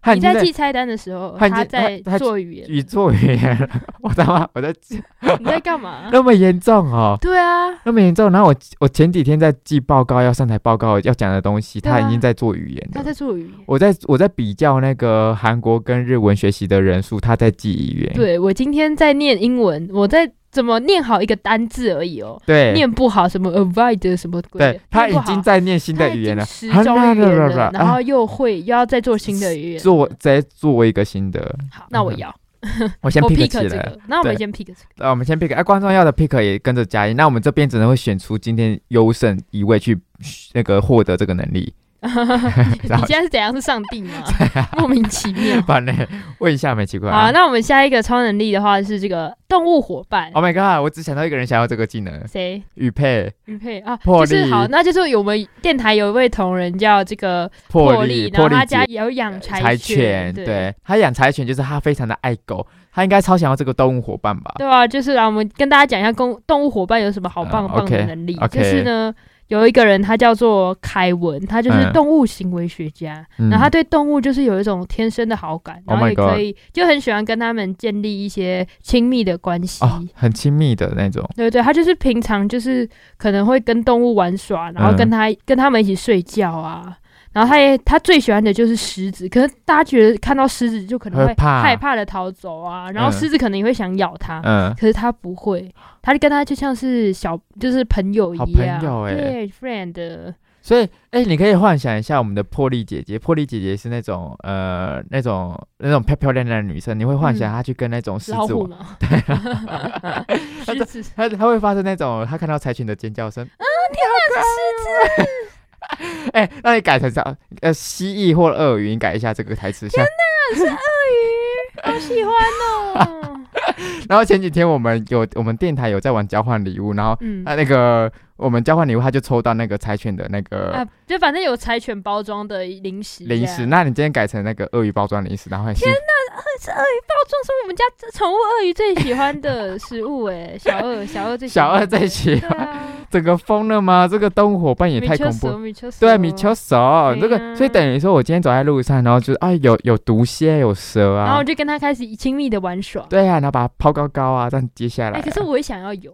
S1: 他已
S2: 你在
S1: 经啊在啊
S2: 记菜单的时候，
S1: 他已经
S2: 他在
S1: 他他
S2: 做语言，
S1: 语作语言了， 我 他妈我在记
S2: 你在干 嘛？
S1: 那么严重哦。
S2: 对啊，
S1: 那么严重，然后我我前几天在记报告，要上台报告要讲的东西，
S2: 对啊
S1: 他已经在做语言
S2: 他
S1: 了。
S2: 在做语言。
S1: 我在我在比较那个韩国跟日文学习的人数，他在记语言。
S2: 对我今天在念英文，我在怎么念好一个单字而已哦，
S1: 对，
S2: 念不好什么 avoid 什么鬼的，
S1: 哎对他
S2: 念不
S1: 已
S2: 好
S1: 经在念新的语言了，
S2: 他已经十种语言了，然
S1: 啊
S2: 后又会又要再做新的语言。
S1: 做再做一个新的，
S2: 好，那我要，
S1: 我先
S2: 我
S1: pick
S2: pick
S1: 起
S2: 这
S1: 来。
S2: 个，那我们
S1: 对
S2: 先 pick 这个。
S1: 呃，我们先 pick，哎、观众要的 pick 也跟着加一，那我们这边只能会选出今天优胜一位去那个获得这个能 力。
S2: 你现在是怎样？是上帝 吗？
S1: 啊
S2: 莫名其妙。
S1: 不然呢？问一下美奇怪、
S2: 好，那我们下一个超能力的话是这个动物伙伴，
S1: Oh my god！我只想到一个人想要这个技能，
S2: 谁？
S1: 玉佩
S2: 玉佩啊，
S1: 破
S2: 就
S1: 例
S2: 是好，那就是我们电台有一位同仁叫这个
S1: 破
S2: 例，然
S1: 破
S2: 后
S1: 例
S2: 他
S1: 姐
S2: 家有养
S1: 柴
S2: 犬，
S1: 对
S2: 对
S1: 他养柴犬就是他非常的爱狗，他应该超想要这个动物伙伴吧？
S2: 对啊，就是啊，我们跟大家讲一下公动物伙伴有什么好棒
S1: 嗯
S2: 棒的
S1: OK，
S2: 能力，
S1: OK
S2: 就是呢。有一个人，他叫做凯文，他就是
S1: 嗯
S2: 动物行为学家，
S1: 嗯
S2: 然后他对动物就是有一种天生的好感，
S1: Oh
S2: 然后
S1: my
S2: 也可以就很喜欢跟他们建立一些亲密的关系。
S1: 哦，很亲密的那种，
S2: 对对，他就是平常就是可能会跟动物玩耍，然后
S1: 嗯
S2: 跟他、跟他们一起睡觉啊。然后他也他最喜欢的就是狮子，可是大家觉得看到狮子就可能
S1: 会
S2: 会
S1: 怕
S2: 害怕的逃走啊，然后
S1: 嗯
S2: 狮子可能也会想咬他，
S1: 嗯，
S2: 可是他不会，他就跟他就像是小就是朋友一
S1: 好
S2: 样，
S1: 朋友欸
S2: 对 friend，
S1: 所以，哎、你可以幻想一下我们的破例姐姐，破例姐姐是那种呃那种那种漂漂亮亮的女生，你会幻想
S2: 嗯
S1: 她去跟那种狮
S2: 老
S1: 子啊
S2: 虎
S1: 玩，
S2: 嘛，狮子
S1: 她她会发出那种她看到柴犬的尖叫声，啊，天哪，是狮子！ 哎、那你改成啥？呃，蜥蜴或鳄鱼，你改一下这个台词。像
S2: 鳄鱼，好喜欢 哦，
S1: 然后前几天我们有我们电台有在玩交换礼物，然后
S2: 嗯
S1: 他那个我们交换礼物，他就抽到那个柴犬的那
S2: 啊
S1: 个，
S2: 就反正有柴犬包装的零食啊这样，
S1: 呃零食。那你今天改成那个鳄鱼包装零食，然后很幸
S2: 是鳄鱼包装哦是我们家宠物鳄鱼最喜欢的食物 哎、小鳄小鳄最喜欢
S1: 小二这一期
S2: 对啊，
S1: 整个疯 了吗？这个动物伙伴 也
S2: 米
S1: 太恐
S2: 丘
S1: 怖
S2: 蛇
S1: 了。
S2: 米丘蛇
S1: 对，啊米丘蛇
S2: 对啊
S1: 这个，
S2: 呀
S1: 所以等于说，我今天走在路上，然后就是啊，有有毒蝎，有蛇
S2: 然后
S1: 啊
S2: 我，就跟它开始亲密的玩耍。
S1: 对啊，然后把它抛高高啊，这样接下来
S2: 哎、
S1: 啊。
S2: 可是我也想要有，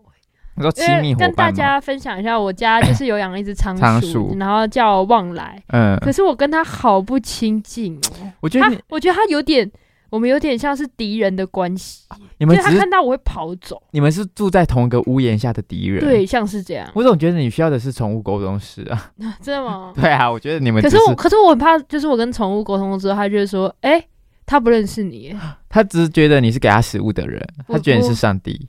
S1: 你说亲
S2: 因
S1: 密
S2: 为
S1: 伙
S2: 跟大
S1: 伴吗？
S2: 家分享一下，我家就是有养了一只仓
S1: 仓鼠
S2: 然后叫旺来，
S1: 嗯，
S2: 可是我跟它好不亲近哦，
S1: 我觉得
S2: 它
S1: 你
S2: 我觉得它有点。我们有点像是敌人的关系，就
S1: 你们
S2: 是它
S1: 只是
S2: 看到我会跑走，
S1: 你们是住在同一个屋檐下的敌人。
S2: 对，，像是这样，
S1: 我总觉得你需要的是宠物沟通师啊。
S2: 真的 吗？
S1: 对啊，我觉得你们
S2: 可
S1: 只
S2: 是我，可是我很怕，就是我跟宠物沟通之后，它就会说，哎、它不认识你耶，
S1: 他只是觉得你是给他食物的人，
S2: 我
S1: 他觉得你
S2: 我
S1: 是上帝。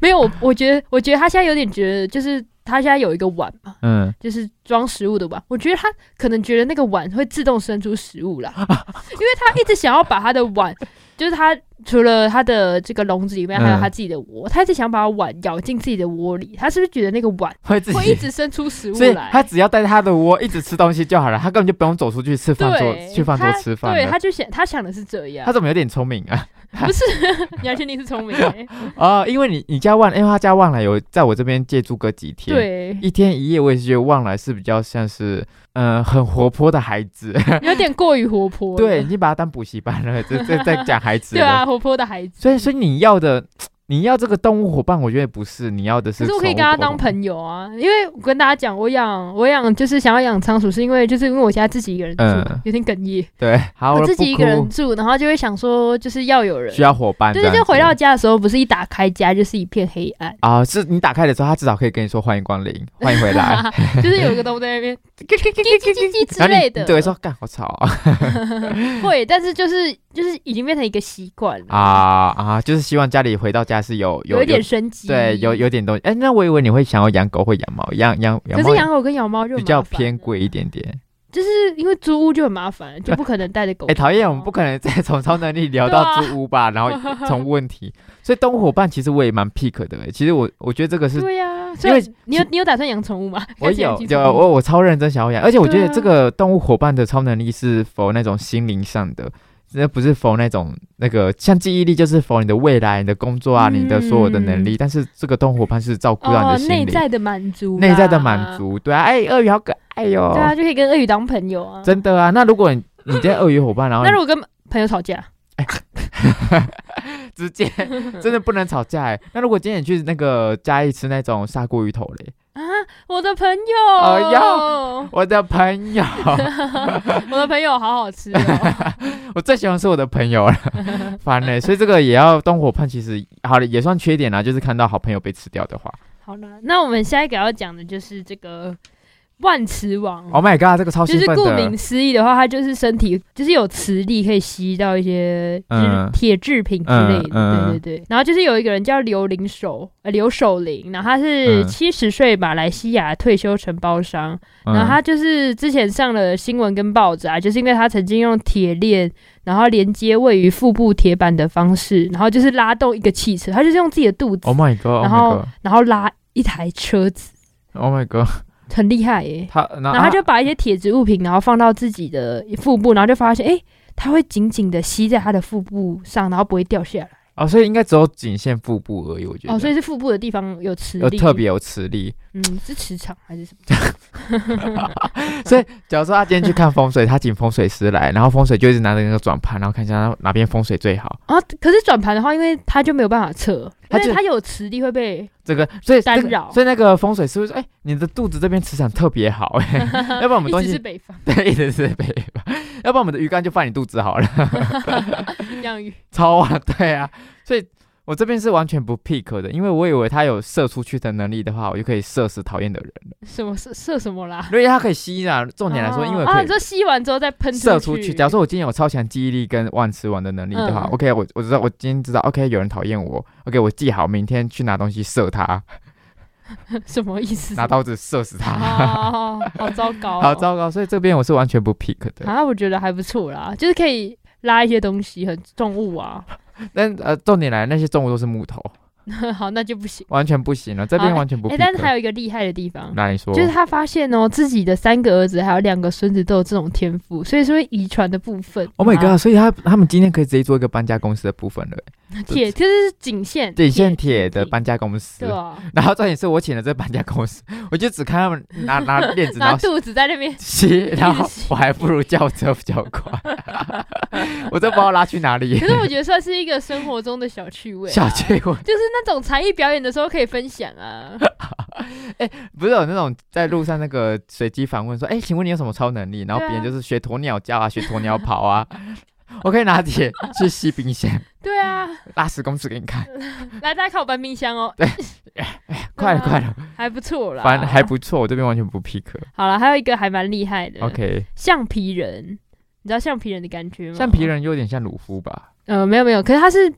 S2: 没有，我我觉得，我觉得它现在有点觉得，就是它现在有一个碗嘛，
S1: 嗯，
S2: 就是装食物的碗，我觉得它可能觉得 那个碗会自动生出食物啦，因为它一直想要把它的碗，就是它除了他的这个笼子里面，还有
S1: 嗯
S2: 他自己的窝，他一直想把碗咬进自己的窝里。他是不是觉得那个碗
S1: 会自
S2: 会一
S1: 己，
S2: 直生出食物
S1: 所以
S2: 来？
S1: 他只要在他的窝一直吃东西就好了，他根本就不用走出去吃饭桌
S2: 对，，
S1: 去饭桌
S2: 他
S1: 吃饭
S2: 对，
S1: 了。
S2: 他就想他想的是这样
S1: 他，怎么有点聪明啊？
S2: 不是 杨千里是聪明欸，
S1: 哦，因为你你家万，因为他家万来有在我这边借住个几天，，
S2: 对，
S1: 一天一夜，我也是觉得望来是比较像是，嗯、很活泼的孩子，
S2: 有点过于活泼了，
S1: 对，已经把他当补习班了，这这在讲孩子
S2: 对
S1: 了。
S2: 啊，活泼的孩子。
S1: 所以所以你要的，你要这个动物伙伴，我觉得不是，你要的
S2: 可
S1: 是。
S2: 是我可以跟他当。朋友啊，因为我跟大家讲，我养我养就是想要养仓鼠，是因为就是因为我现在自己一个人住，
S1: 嗯
S2: 有点哽咽。
S1: 对，好，
S2: 我
S1: 了
S2: 自
S1: 不
S2: 己一个人
S1: 哭
S2: 住，然后就会想说，就是要有人
S1: 需。要伙伴这
S2: 对
S1: 样
S2: 对，
S1: 子。
S2: 就回到家的时候，不是一打开家就是一片黑暗，
S1: 啊、是你打开的时候，他至少可以跟你说欢迎光 临，欢迎回来。
S2: 就是有一个东西在那 边叽叽叽叽叽叽之
S1: 然后你
S2: 类
S1: 你
S2: 的。
S1: 对说干好吵啊
S2: 会，但是就是就是已经变成一个习惯了
S1: 啊，啊就是希望家里回到家是有
S2: 有一
S1: 有
S2: 点生机。
S1: 对有。有点东西。哎，那我以为你会想要养狗或养猫，养养养
S2: 可
S1: 猫
S2: 是养狗跟养猫就
S1: 比
S2: 很
S1: 较
S2: 麻烦
S1: 偏
S2: 了，
S1: 贵一点点。
S2: 就是因为租屋就很麻烦，就不可能带着 狗。
S1: 哎，讨厌，我们不可能再从超能力聊到
S2: 对啊
S1: 租屋吧，然后从问题。所以动物伙伴其实我也蛮 pick 的，欸其实我我觉得这个是
S2: 对呀、所以你有你有打算养宠物吗？
S1: 我
S2: 开始养
S1: 有，
S2: 起
S1: 就
S2: 宠物
S1: 我我超认真想要养，而且我觉
S2: 对
S1: 得
S2: 啊
S1: 这个动物伙伴的超能力是否那种心灵上的，那不是否那种那个像记忆力，就是否你的未来、你的工作啊、你的所有的能力。但是这个动物伙伴是照顾到你
S2: 嗯哦
S1: 的，心
S2: 内
S1: 灵、
S2: 在的满足，
S1: 内在的满。足，对啊，哎，鳄鱼好可爱哟、
S2: 对啊，就可以跟鳄鱼当朋友啊。
S1: 真的啊。那如果你你这鳄鱼伙伴，然后
S2: 那如果跟朋友吵架，
S1: 直接真的不能吵架哎。那如果今天你去那个嘉义吃那种砂锅鱼头嘞，
S2: 啊我的朋友，
S1: 哎我的朋友，
S2: 我的朋友好好吃 哦。
S1: 我最喜欢是我的 朋友了，啊烦嘞、所以这个也要当伙伴，其实好了也算缺点啦，啊就是看到好朋友被吃掉的话。
S2: 好了，那我们下一个要讲的就是这个万磁王。
S1: Oh my god，这个超
S2: 嗯就
S1: 兴
S2: 是
S1: 奋
S2: 顾
S1: 的
S2: 名，思义的话，它就是身体就是有磁力可以吸到一些就是
S1: 嗯
S2: 铁制品之类的，
S1: 嗯嗯
S2: 对对对。然后就是有一个人叫刘林守，呃刘守林，然后他是
S1: 嗯
S2: 七十岁马来西亚退休承包商，
S1: 嗯
S2: 然后他就是之前上了新闻跟报纸啊，就是因为他曾经用铁链，然后连接位于腹部铁板的方式，然后就是拉动一个汽车，他就是用自己的肚子，
S1: Oh my god，Oh
S2: 然
S1: my
S2: 后然后拉一台车子，
S1: god，Oh my god，
S2: 很厉害耶、
S1: 他然
S2: 然后他就
S1: 啊
S2: 把一些铁质物品，然后放到自己的腹部，然后就发现，哎、它会紧紧的吸在他的腹部上，然后不会掉下来。
S1: 哦，所以应该只有仅限腹部而已，我觉得。
S2: 哦，所以是腹部的地方有磁
S1: 有
S2: 力，
S1: 呃特别，有磁力，
S2: 嗯，是磁场还是什么？
S1: 所以假如说他今天去看风水，他请风水师来，然后风水就一直拿着那个转盘，然后看一下哪边风水最好。
S2: 啊，可是转盘的话，因为它就没有办法测，
S1: 它
S2: 因为
S1: 就
S2: 它有磁力会被，
S1: 这个，所以
S2: 干
S1: 这个
S2: 扰
S1: 所以那个风水师会说：“哎、你的肚子这边磁场特别好、 哎，要不然我们
S2: 一
S1: 东
S2: 直
S1: 西
S2: 是北方
S1: 对，一直是北吧，要不然我们的鱼竿就放你肚子好了。
S2: 养鱼，
S1: 超啊， 对啊，所以我这边是完全不 pick 的，因为我以为他有射出去的能力的话，我就可以射死讨厌的人了。
S2: 什么射射什么啦？
S1: 因为他可以吸啊，重点来说，因为我
S2: 哦啊，
S1: 可
S2: 你
S1: 以
S2: 说吸完之后再喷
S1: 射出
S2: 出
S1: 去。假如说我今天有超强记忆力跟万磁王的能力的话、
S2: 嗯
S1: o k 我我知道我今天知道，OK，有人讨厌我，OK，我记好，明天去拿东西射他，
S2: 什么意思？
S1: 拿刀子射死他。
S2: 啊，好糟糕、
S1: 好糟糕，所以这边我是完全不 pick 的。
S2: 啊！我觉得还不错啦，就是可以拉一些东西，很重物啊。
S1: 但呃，重点来，那些动物都是木头，
S2: 好，那就不行。
S1: 完全不行啊了。这边
S2: 好
S1: 完全不
S2: 哎、
S1: pick。
S2: 但是还有一个厉害的地方，
S1: 那你说，
S2: 就是他发现哦，自己的三个儿子还有两个孙子都有这种天赋，所以说遗传的部分。
S1: Oh my
S2: 啊
S1: god！所以他他们今天可以直接做一个搬家公司的部分了，
S2: 铁就是仅限
S1: 对，现
S2: 铁
S1: 铁的搬家公司
S2: 对。啊，
S1: 然后重点是我请了这搬家公司， 我就只看他们拿拿链子，然
S2: 拿
S1: 后
S2: 肚子在那 边，
S1: 吸，然后
S2: 吸
S1: 我还不如叫车比较快。 我这不知道拉去哪里
S2: 可，是我觉得算是一个生活中的小趣味、啊。
S1: 小趣味。
S2: 就是那种才艺表演的时候可以分享啊，
S1: 不是有那种在路上那个随机访问说，哎，请问你有什么超能力？然后
S2: 对啊
S1: 别人就是学鸵鸟叫啊，学鸵鸟跑啊。 我可以拿铁去吸冰箱，
S2: 对啊，
S1: 拉十公尺给 你看，
S2: 来大家看我搬冰箱哦，
S1: 快了
S2: 对啊
S1: 快了，
S2: 还不错啦，
S1: 反正还不错，我这边完全不 pick。
S2: 好了，还有一个还蛮厉害的
S1: OK，
S2: 橡皮人，你知道橡皮人的感觉吗？
S1: 橡皮，人有点像鲁夫吧？
S2: 呃，没有没有，可是它是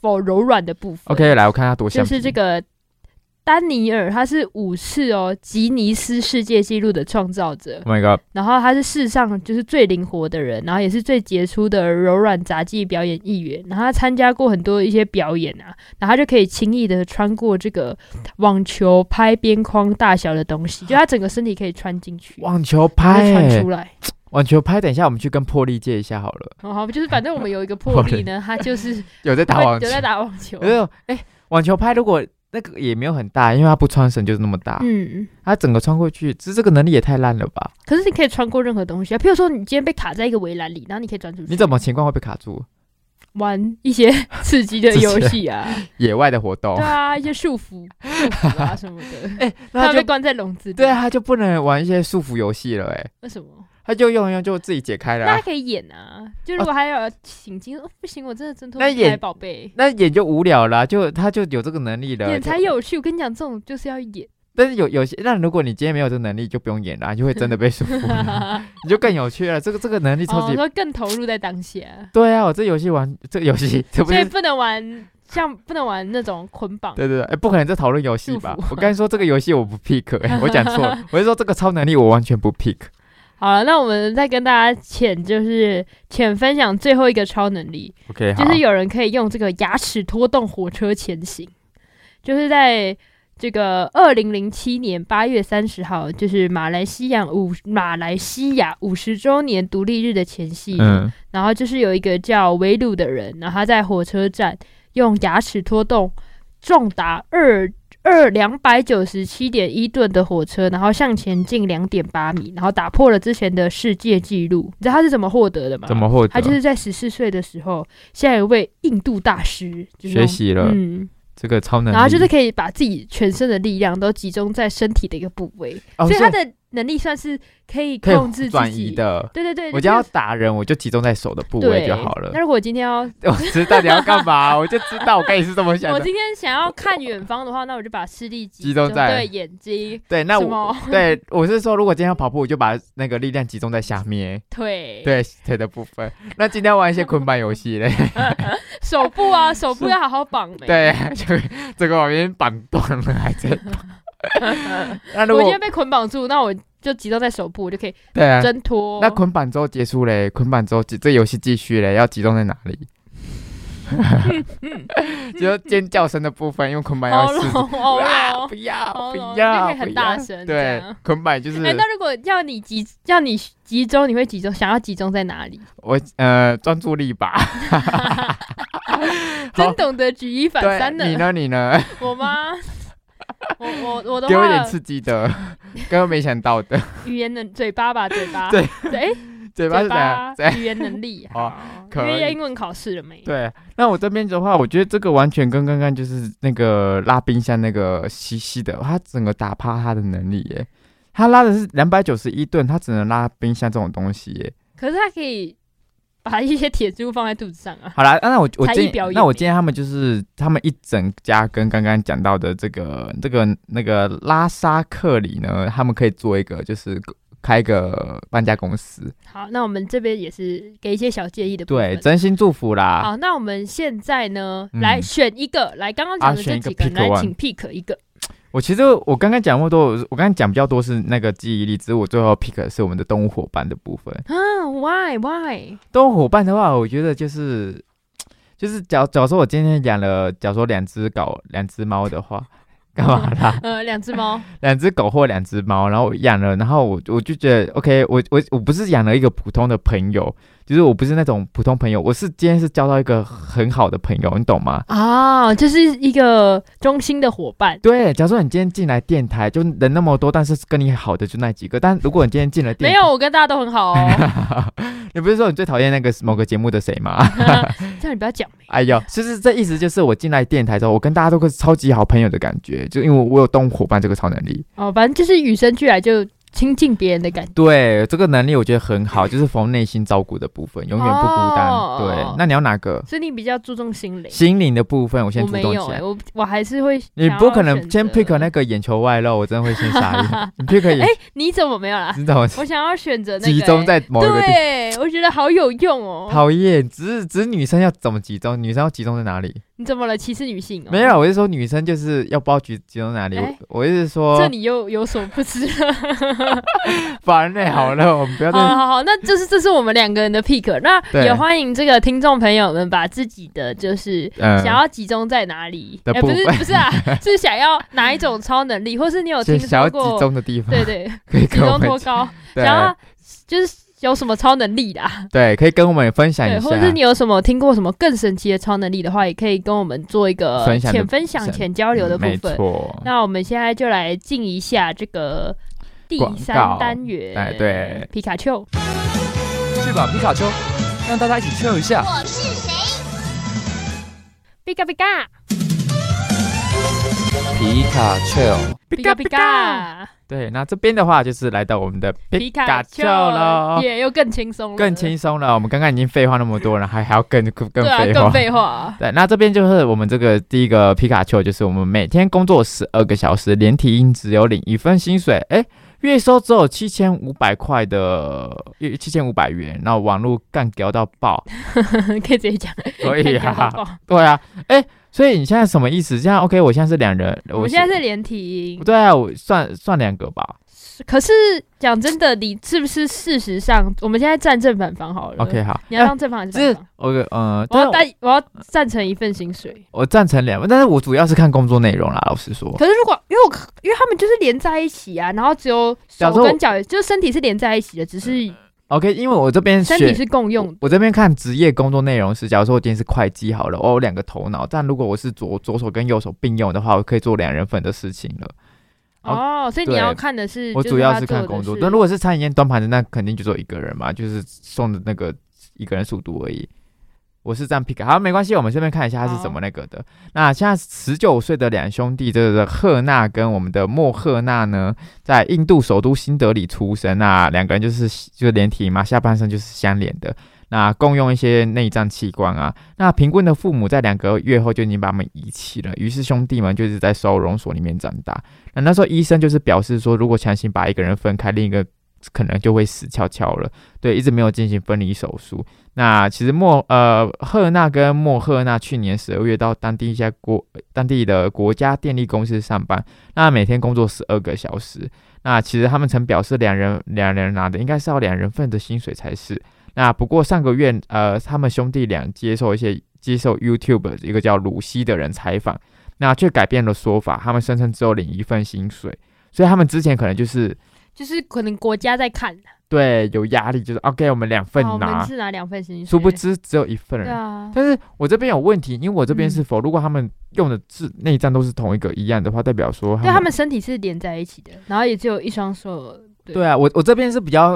S2: 否柔软的部分
S1: OK，来我看他多像
S2: 就
S1: 皮。
S2: 是这个丹尼尔他是五次哦吉尼斯世界纪录的创造者，
S1: Oh my god！
S2: 然后他是世上就是最灵活的人，然后也是最杰出的柔软杂技表演艺员。然后他参加过很多一些表演啊，然后他就可以轻易的穿过这个网球拍边框大小的东西，就他整个身体可以穿进去，
S1: 网球
S2: 然后
S1: 拍、
S2: 就穿
S1: 欸
S2: 出，来。
S1: 网球拍，等一下我们去跟破例借一下好了。
S2: 然后就是反正我们有一个破例 呢，他就是
S1: 有在打
S2: 会
S1: 网
S2: 哦
S1: 球
S2: 有，在打网球
S1: 有，有哎、网球拍如果那个也没有很大，因为它不穿绳就是那么大，
S2: 嗯。
S1: 它整个穿过去，这这个能力也太烂了吧？
S2: 可是你可以穿过任何东西啊，譬如说你今天被卡在一个围栏里，然后你可以钻出去。
S1: 你怎么情况会被卡住？
S2: 玩一些刺激的游戏 啊？
S1: 野外的活动
S2: 对，啊，一些束缚、束缚啊什么的。
S1: 哎、
S2: 他
S1: 那
S2: 被
S1: 就
S2: 关在笼子里。
S1: 对啊，，他就不能玩一些束缚游戏了、哎，
S2: 为什么？
S1: 他就用一用就自己解开了啊、
S2: 那他可以演啊，就如果还有请进，哦不行，我真的挣脱
S1: 那
S2: 不开
S1: 演
S2: 宝贝。
S1: 那演就无聊啦、就他就有这个能力了，
S2: 演
S1: 就
S2: 才。有趣，我跟你讲，这种就是要演。
S1: 但是有有些，那如果你今天没有这个能力，就不用演啦，你就会真的被束缚了， 你就更有趣了。这个这个能力超
S2: 哦，
S1: 级，
S2: 说更投入在当下，
S1: 对啊，我这游戏玩这个游戏， 这不
S2: 所以
S1: 是
S2: 不能玩像不能玩那种捆绑。
S1: 对对对，哎、不可能在讨论游戏吧
S2: 束缚？
S1: 我刚才说这个游戏我不 pick，哎、我讲错了，我是说这个超能力我完全 不 pick。
S2: 好了，那我们再跟大家浅就是浅分享最后一个超能力，
S1: OK，好，
S2: 就是有人可以用这个牙齿拖动火车前行，就是在这个二零零七年八月三十号，就是马来西亚五马来西亚五十周年独立日的前夕，
S1: 嗯，
S2: 然后就是有一个叫维鲁的人，然后他在火车站用牙齿拖动重达二二两百九十七点一吨的火车，然后向前进两点八米，然后打破了之前的世界纪录。你知道他是怎么获得的吗？
S1: 怎么获得？
S2: 他就是在十四岁的时候，向一位印度大师就是那
S1: 学
S2: 种
S1: 习了、
S2: 嗯，
S1: 这个超能力，
S2: 然后就是可以把自己全身的力量都集中在身体的一个部位，
S1: 哦，
S2: 所以
S1: 所
S2: 他
S1: 以
S2: 的能力算是可以
S1: 可
S2: 控
S1: 以
S2: 制自
S1: 转
S2: 己
S1: 移。的。
S2: 对对对，
S1: 我
S2: 就
S1: 只要
S2: 是
S1: 打人，我就集中在手的部位
S2: 对
S1: 就好 了
S2: 那。如果我今天要，
S1: 我知道你要干嘛，我就知道，我刚也是这么想
S2: 我
S1: 的。
S2: 今天想要看远方的话，那我就把视力
S1: 集中在
S2: 对眼睛、
S1: 对，那
S2: 什
S1: 我
S2: 么
S1: 对我是说，如果今天要跑步，我就把那个力量集中在下面，
S2: 腿、
S1: 对腿的部分。那今天 玩一些捆绑游戏嘞，
S2: 手部啊，手部要好好绑。欸没，
S1: 对， 就这个把别人绑断了，还 在绑。那如
S2: 我今
S1: 果
S2: 天被捆绑住，那我就集中在手部，我就可以
S1: 对啊，
S2: 挣脱。
S1: 那捆绑之后结束嘞，捆绑之后这这游戏继续嘞，要集中在哪里？
S2: 嗯
S1: 就是尖叫声的部分，因为捆绑要
S2: 喉
S1: 是
S2: 咙，喉
S1: 啊
S2: 咙
S1: 不。要
S2: 喉咙
S1: 不要
S2: 就可以很
S1: 不
S2: 大
S1: 要
S2: 声这
S1: 对
S2: 样，
S1: 捆绑就是
S2: 哎、那如果要你集要你集中，你会集中想要集中在哪里？
S1: 我呃专注力吧。
S2: 真懂得举一反
S1: 对
S2: 三，
S1: 你
S2: 呢？
S1: 呢？你呢？
S2: 我 吗？我我我的
S1: 给我一点
S2: 话，
S1: 刺 激的，刚刚没想到的，
S2: 语言能嘴巴吧，嘴巴，
S1: 对
S2: 对，
S1: 嘴巴
S2: 嘴
S1: 是怎
S2: 巴
S1: 样？怎样
S2: 语言能 力
S1: 哦
S2: 好因
S1: 可
S2: 为要
S1: 以
S2: 英文考试了没？
S1: 对，那我这边的话，我觉得这个完全跟刚刚就是那个拉冰箱那个西西的，他整个打趴他的能力耶。他拉的是两百九十一吨，他只能拉冰箱这种东西耶。
S2: 可是他可以把一些铁珠放在肚子上啊。
S1: 好啦，那我我
S2: 才艺
S1: 建议
S2: 表演，
S1: 那我
S2: 耶
S1: 建议他们就是他们一整家跟刚刚讲到的这个这个那个拉沙克里呢，他们可以做一个就是开一个搬家公司。
S2: 好，那我们这边也是给一些小建议的部
S1: 对，
S2: 分。
S1: 真心祝福啦。
S2: 好，那我们现在呢，
S1: 嗯
S2: 来选一个，来刚刚讲
S1: 啊
S2: 的
S1: 选
S2: 这
S1: 一个
S2: 几个，
S1: pick
S2: 来
S1: one
S2: 请 pick 一个。
S1: 我其实我刚刚讲过多，我刚刚讲比较多是那个记忆力，只是我最后 pick 的是我们的动物伙伴的部分。
S2: 啊，why why？
S1: 动物伙伴的话，我觉得就是就是假假如说我今天养了，假如说两只狗、两只猫的话，干嘛 啦？
S2: 呃，两只猫，
S1: 两只狗或两只猫，然后我养了，然后我我就觉得 OK，我我我不是养了一个普通的朋友，就是我不是那种普通朋友，我是今天是交到一个很好的朋友，你懂吗？
S2: 啊，就是一个中心的伙伴。
S1: 对，假如说你今天进来电台，就人那么多，但是跟你好的就那几个。但如果你今天进了电
S2: 没
S1: 台，
S2: 有，我跟大家都很好 哦。
S1: 你不是说你最讨厌那个某个节目的谁吗？
S2: 这样你不要讲没。
S1: 哎呦，就是这意思，就是我进来电台之后，我跟大家都是超级好朋友的感觉，就因为我有动物伙伴这个超能力。
S2: 哦，反正就是与生俱来就亲近别人的感觉。
S1: 对，这个能力我觉得很 好，就是从内心照顾的部分，永远不孤单。
S2: 哦
S1: 对，那你要哪个？
S2: 所以你比较注重心灵，
S1: 心灵的部分，我先
S2: 我
S1: 主
S2: 没
S1: 动
S2: 有
S1: 起
S2: 哎、
S1: 来。
S2: 我我还是会。
S1: 你不可能先 pick 那
S2: 个？
S1: 个眼球外露，我真的会先 傻眼。你 pick 眼，
S2: 你怎么没有 啦？
S1: 你知道吗？
S2: 我想要选哎择那个、欸
S1: 集中在某一个地方。
S2: 对，我觉得好有用哦。
S1: 讨厌，只是只是女生要怎么集中？女生要集中在哪里？
S2: 你怎么了？歧视女性、哦？
S1: 没有，，我是说女生就是要包局集中哪里？
S2: 哎
S1: 我我是说
S2: 这你又有所不 知了。
S1: 烦嘞、好了，我们不要再、
S2: 好好好，那就是这是我们两个人的 pick。那
S1: 对
S2: 也欢迎这个听众朋友们把自己的就是
S1: 嗯
S2: 想要集中在哪里？
S1: 的
S2: 哎、不是
S1: 部分
S2: 不是 啊，是想要哪一种超能力，或是你有听
S1: 就想要
S2: 说
S1: 集
S2: 过？
S1: 中的地方，
S2: 对对，
S1: 可以
S2: 集
S1: 跟我
S2: 中
S1: 们
S2: 多高，
S1: 对
S2: 想要就是有什么超能力啦？
S1: 对，可以跟我们分享一
S2: 对，
S1: 下，
S2: 或者是你有什么听过什么更神奇的超能力的话，也可以跟我们做一个
S1: 分享的
S2: 浅分享、
S1: 分
S2: 浅交流的部
S1: 嗯没
S2: 分。
S1: 错，
S2: 那我们现在就来进一下这个第
S1: 广告
S2: 三单元，
S1: 哎对，
S2: 皮卡丘。
S3: 去吧，皮卡丘，让大家一起 chill 一下。
S4: 我是谁？
S2: 皮卡皮卡，
S3: 皮卡丘，
S2: 皮卡皮卡，
S1: 对，那这边的话就是来到我们的
S2: 皮卡
S1: 卡
S2: 丘
S1: 丘喽，
S2: 也又更轻松了，
S1: 更轻松了。我们刚刚已经废话那么多了，还还要更更更
S2: 对啊，
S1: 废
S2: 更
S1: 话。
S2: 废话。
S1: 对，那这边就是我们这个第一个皮卡丘，就是我们每天工作十二个小时，连体婴只有领一份薪水，哎，月收只有七千五百块的，七千五百元，那网络干屌到爆，
S2: 可以直接讲，
S1: 所以 啊，
S2: 啊。
S1: 对啊，哎，所以你现在什么意思？这样 OK，我现在是两人，
S2: 我们现在是连体婴，
S1: 对啊，我算算两个吧
S2: 可是讲真的，你是不是事实上，我们现在站正反方好了。
S1: ，OK 好，
S2: 你要
S1: 哎
S2: 当正方还是反
S1: 这
S2: 方？
S1: 我呃，
S2: 我
S1: 但
S2: 要
S1: 我
S2: 单，我要赞成一份薪水。
S1: 我赞成两个，但是我主要是看工作内容啦，老实说。
S2: 可是如果因为我因为他们就是连在一起啊，然后只有手
S1: 假设我
S2: 跟脚，就是身体是连在一起的，只是
S1: OK，因为我这边
S2: 身体
S1: 选
S2: 是共用的。
S1: 我这边看职业工作内容是，假如说我今天是会计好了，哦我有两个头脑，但如果我是左左手跟右手并用的话，我可以做两人份的事情了。
S2: 哦，所以你
S1: 对
S2: 要看的是，
S1: 我
S2: 就
S1: 主要
S2: 他
S1: 是
S2: 做
S1: 看
S2: 的
S1: 工作，
S2: 是
S1: 但如果是餐饮业端盘子，那肯定就只有一个人嘛，就是送的那个一个人速度而已。我是这样 pick，好，没关系，我们顺便看一下他是怎么那个的。那现在十九岁的两兄弟，这个赫纳跟我们的莫赫纳呢，在印度首都新德里出生那两个人就是就是连体嘛，下半身就是相连的。那共用一些内脏器官啊，那贫困的父母在两个月后就已经把他们遗弃了，于是兄弟们就是在收容所里面长大。那那时候医生就是表示说，如果强行把一个人分开，另一个可能就会死翘翘了。对，一直没有进行分离手术。那其实莫呃赫纳跟莫赫纳去年十二月到当地一家国呃当地的国家电力公司上班，那每天工作十二个小时。那其实他们曾表示，两人两人拿的应该是要两人份的薪水才是。那不过上个月，呃，他们兄弟俩接受一些接受 YouTube 一个叫鲁西的人采访，那却改变了说法，他们声称只有领一份薪水，所以他们之前可能就是
S2: 就是可能国家在看，
S1: 对有压力，就是 OK，我们两份
S2: 哦我
S1: 拿
S2: 们，是拿两份薪水，
S1: 殊不知只有一份
S2: 对
S1: 人。
S2: 啊，
S1: 但是我这边有问题，因为我这边
S2: 嗯
S1: 是否、如果他们用的字内脏都是同一个一样的话，代表说
S2: 对他们身体是连在一起的，然后也只有一双手，
S1: 对啊，我我这边是比较，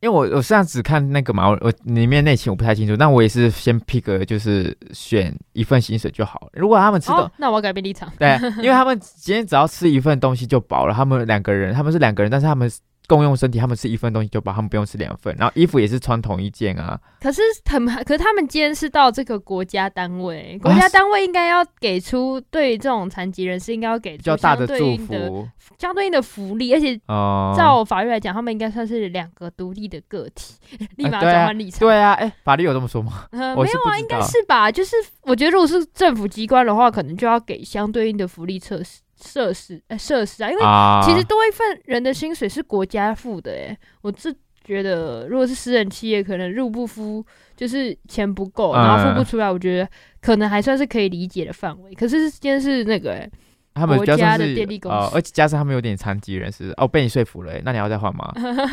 S1: 因为我我上次看那个嘛，我我里面内情我不太清楚，但我也是先 pick 就是选一份薪水就好了。如果他们吃的、
S2: 哦，那我要改变立场，
S1: 对，因为他们今天只要吃一份东西就饱了。他们两个人，他们是两个人，但是他们共用身体，他们吃一份东西就饱，他们不用吃两份。然后衣服也是穿同一件啊。
S2: 可是很，可是他们今天是到这个国家单位，国家单位应该要给出对于这种残疾人士应该要给
S1: 比
S2: 出
S1: 较大
S2: 相
S1: 的
S2: 对
S1: 祝
S2: 应的
S1: 福，
S2: 相对应的福利，而且
S1: 哦、
S2: 照法律来讲，他们应该算是两个独立的个体， 立马
S1: 对啊
S2: 转换立场。
S1: 对啊，哎、法律有这么说吗？
S2: 呃
S1: 我
S2: 没
S1: 是
S2: 有
S1: 不
S2: 啊，
S1: 知
S2: 应该
S1: 道
S2: 是吧？就是我觉得，如果是政府机关的话，可能就要给相对应的福利设施、设施、呃设施啊，因为
S1: 啊，
S2: 其实多一份人的薪水是国家付的、欸，我是觉得，如果是私人企业，可能入不敷，就是钱不够，然后付不
S1: 嗯
S2: 出来，我觉得可能还算是可以理解的范围。可是今天是那个、欸，
S1: 他们比较
S2: 国
S1: 像
S2: 家的
S1: 是
S2: 电力公
S1: 呃
S2: 司
S1: 而且加上他们有点残疾人士，哦，被你说服了、哎那你要再换 吗？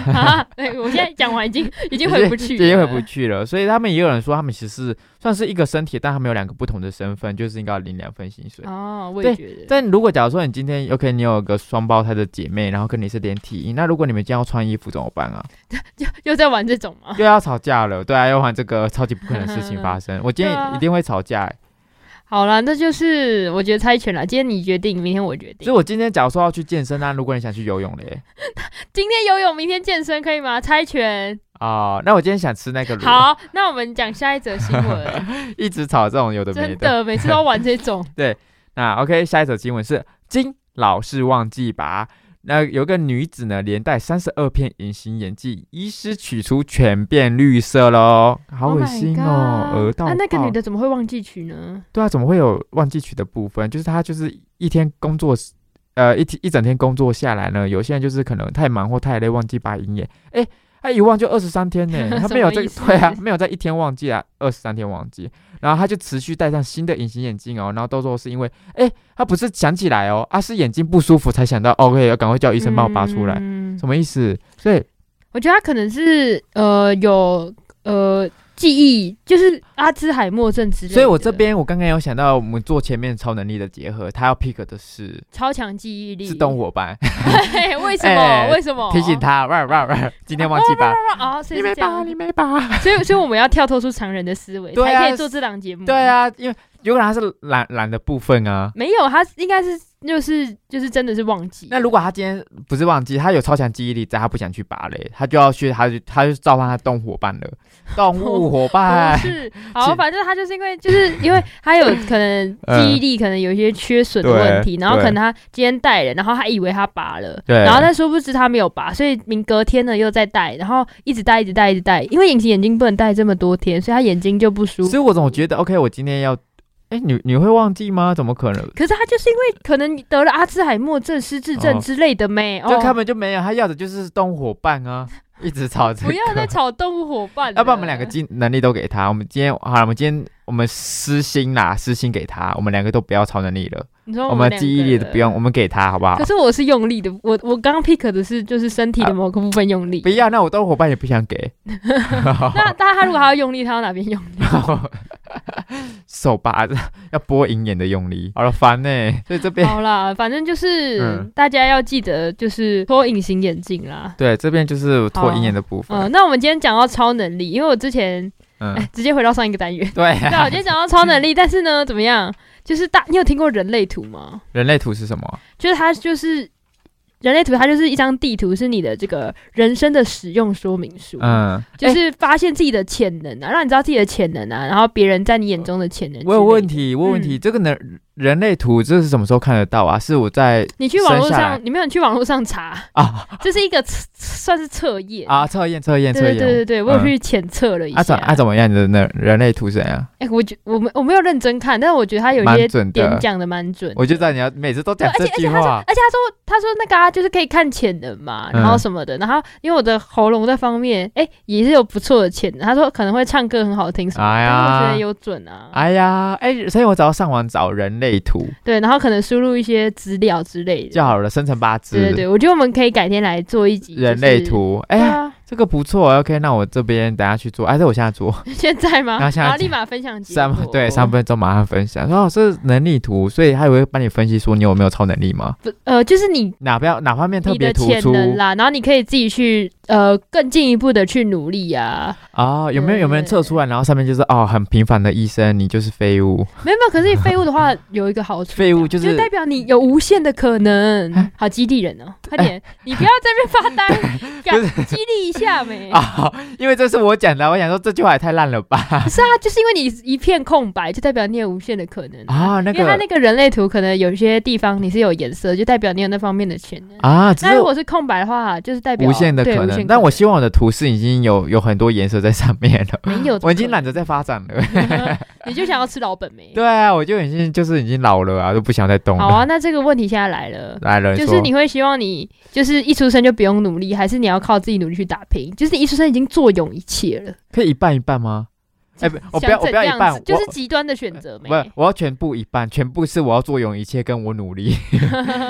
S2: 啊，对我现在讲完已经已经回不去了，
S1: 已经回不去了。所以他们也有人说，他们其实是算是一个身体，但他们有两个不同的身份，就是应该要领两份薪水。
S2: 哦，我也
S1: 对
S2: 觉得。
S1: 但如果假如说你今天 OK，你有个双胞胎的姐妹，然后跟你是连体婴，那如果你们今天要穿衣服怎么 办啊？
S2: 又在玩这种吗？
S1: 又要吵架了，对啊，又换这个超级不可能的事情发 生。我今
S2: 对啊
S1: 天一定会吵架、欸，
S2: 好啦，那就是我觉得猜拳啦。今天你决定，明天我决
S1: 所以
S2: 定。
S1: 我今天假如说要去健身啊，如果你想去游泳嘞，
S2: 今天游泳，明天健身，可以吗？猜拳。
S1: 啊、那我今天想吃那个卤，
S2: 好，那我们讲下一则新闻。
S1: 一直吵这种有的没
S2: 真的，每次都玩这种。
S1: 那 OK，下一则新闻是金老是忘记拔。那有个女子呢，连带三十二片隐形眼镜，医师取出全变绿色喽，好
S2: Oh
S1: 恶
S2: my
S1: 心哦，
S2: god
S1: 额到
S2: 啊，那个
S1: 爆
S2: 女的怎么会忘记取呢？，
S1: 对啊，怎么会有忘记取的部分？就是他就是一天工作时，呃，一天一整天工作下来呢，有些人就是可能太忙或太累，忘记拔银眼。哎、他一忘就二十三天呢 他
S2: 什
S1: 没有
S2: 么
S1: 这
S2: 意
S1: 个，
S2: 思
S1: 对啊，没有在一天忘记啊，二十三天忘记，然后他就持续戴上新的隐形眼镜哦，然后都说是因为，哎、他不是想起来哦，啊是眼睛不舒服才想到，OK，要哦赶快叫医生帮我拔出来，
S2: 嗯
S1: 什么意思？所以
S2: 我觉得他可能是呃有呃记忆，就是阿兹海默症之类的。
S1: 所以我这边我刚刚有想到，我们做前面超能力的结合，他要 pick 的是
S2: 超强记忆力
S1: 自 动伙伴。
S2: 嘿为什
S1: 哎
S2: 么？为什么？
S1: 提醒他，哇哇哇，今天忘记拔，
S2: 啊，所以
S1: 你
S2: 是
S1: 没
S2: 这样
S1: 拔，你没拔。
S2: 所以所以我们要跳脱出常人的思维，
S1: 对啊
S2: 才可以做这档节目。
S1: 对，啊，因为有可能他是懒懒的部分啊。
S2: 没有他应该是就是就是真的是忘记。
S1: 那如果他今天不是忘记，他有超强记忆力在，他不想去拔嘞，他就要去，他就他就召唤他动物伙伴了，动物 伙
S2: 不
S1: 伴。
S2: 哦是，好，反正他就是因为就是因为他有可能呃记忆力可能有一些缺损的问题，
S1: 对
S2: 然后可能他今天戴了，然后他以为他拔了，
S1: 嗯对
S2: 然后但殊不知他没有拔，所以明隔天呢又再戴，然后一直戴一直戴一直戴，因为隐形眼镜不能戴这么多天，所以他眼睛就不舒
S1: 所
S2: 服。
S1: 以我总觉得，OK，我今天要，哎，你你会忘记吗？怎么可能？
S2: 可是他就是因为可能得了阿兹海默症、失智症
S1: 哦
S2: 之类的咩，
S1: 就根
S2: 哦，
S1: 本就没有，他要的就是动物伙伴啊，一直吵这个。
S2: 不要再吵动物伙伴了，
S1: 要把我们两 个技能力都给他。我们今天好了，我们今天我们私心啦，私心给他，我们两个都不要超能力了，
S2: 你说
S1: 我
S2: 们
S1: 们
S2: 哦两个
S1: 记忆力都不用，我们给他好不好
S2: 可？是我是用力的，我我刚刚 pick 的是就是身体的某个部分用力。
S1: 不要，那我都伙伴也不想 给。
S2: 那那他如果他要用力，他要哪边用力？
S1: 手把要拨银眼的用力，好了，烦呢、
S2: 哦
S1: 所以这边
S2: 好啦，反正就是、
S1: 嗯
S2: 大家要记得就是脱隐形眼镜 啦。
S1: 对这边就是脱银眼的部
S2: 嗯、
S1: 分。
S2: 那我们今天讲到超能力，因为我之前
S1: 嗯，。
S2: 哎、直接回到上一个单元
S1: 对啊、
S2: 对啊，我今天讲到超 能力，但是呢，怎么样？就是大，你有听过人类图吗？
S1: 人类图是什么？
S2: 就是它就是人类图，它就是一张地图，是你的这个人生的使用说明书。
S1: 嗯，
S2: 就
S1: 哎
S2: 是发现自己的潜能啊，让你知道自己的潜能啊，然后别人在你眼中的潜能。
S1: 我有问，题，我有问题，
S2: 嗯
S1: 这个能人类图这是什么时候看得到啊？是我在
S2: 你去网络
S1: 生下来
S2: 上，你没有去网络上查，
S1: 啊
S2: 这是一个测算是测验。
S1: 啊测验测验
S2: 对
S1: 测
S2: 对
S1: 验。嗯
S2: 对对对，我有去浅测了一下
S1: 啊怎。啊怎么样？你的那人类图怎样？
S2: 哎，我觉我没我没有认真看，但是我觉得他有一
S1: 蛮
S2: 些
S1: 准的
S2: 点讲的蛮准的。
S1: 我就知道你要每次都讲这
S2: 对而且
S1: 句话。
S2: 而且他说他说那个啊，就是可以看潜能嘛，
S1: 嗯
S2: 然后什么的，然后因为我的喉咙这方面，哎、也是有不错的潜能。他说可能会唱歌很好听什么的，
S1: 哎呀
S2: 但是我觉得有准啊。
S1: 哎呀，哎、所以我只要上网找人类图
S2: 对，然后可能输入一些资料之类的。
S1: 就好了，生辰八字，
S2: 对对对，我觉得我们可以改天来做一集、
S1: 人类。图。哎、
S2: 哎
S1: 呀，
S2: 呀，
S1: 这个不错，OK，那我啊这边等下去做，哎、这我现在做
S2: 现在吗？
S1: 然后现在
S2: 然后立马分享结
S1: 三
S2: 果。
S1: 对三分钟马上分享。哦，是能力图，所以他也会帮你分析说你有没有超能力吗？
S2: 不呃，就是你
S1: 哪边哪方面特
S2: 你
S1: 别
S2: 的
S1: 突
S2: 潜
S1: 出
S2: 能啦，然后你可以自己去呃更进一步的去努力 啊。
S1: 啊、哦？有没有有没有人测出来？然后上面就是哦，很平凡的医生，你就是废物。
S2: 没有，没有，可是你废物的话有一个好处，啊
S1: 废物就是
S2: 就代表你有无限的可
S1: 哎
S2: 能。好激励人哦，快点，你不要在那边发呆，干激励一下没？
S1: 啊、因为这是我讲的，我想说这句话也太烂了 吧？
S2: 不是啊，就是因为你一片空白，就代表你有无限的可能。
S1: 啊，那
S2: 因为它
S1: 个
S2: 那个人类图可能有些地方你是有颜色，就代表你有那方面的潜能。
S1: 啊，只
S2: 那
S1: 是
S2: 如果是空白的话，就是代表
S1: 无限的
S2: 对
S1: 可
S2: 无
S1: 能
S2: 限。
S1: 但我希望我的图示已经有有很多颜色在上面了，
S2: 没有，
S1: 我已经懒得再发展了。
S2: 你就想要吃老本没？
S1: 对啊，我就已经就是已经老了啊，都不想再动了。
S2: 好啊，那这个问题现在来了。
S1: 来了，
S2: 就是
S1: 说
S2: 你会希望你就是一出生就不用努力，还是你要靠自己努力去打拼？就是你一出生已经坐拥一切了，
S1: 可以一半一半吗？哎、不，我不
S2: 想
S1: 要，我
S2: 怎
S1: 不要
S2: 样
S1: 一半
S2: 子，就是
S1: 我呃
S2: 极端的选择没
S1: 不？，我要全部一半，全部是我要作用一切，跟我努 力，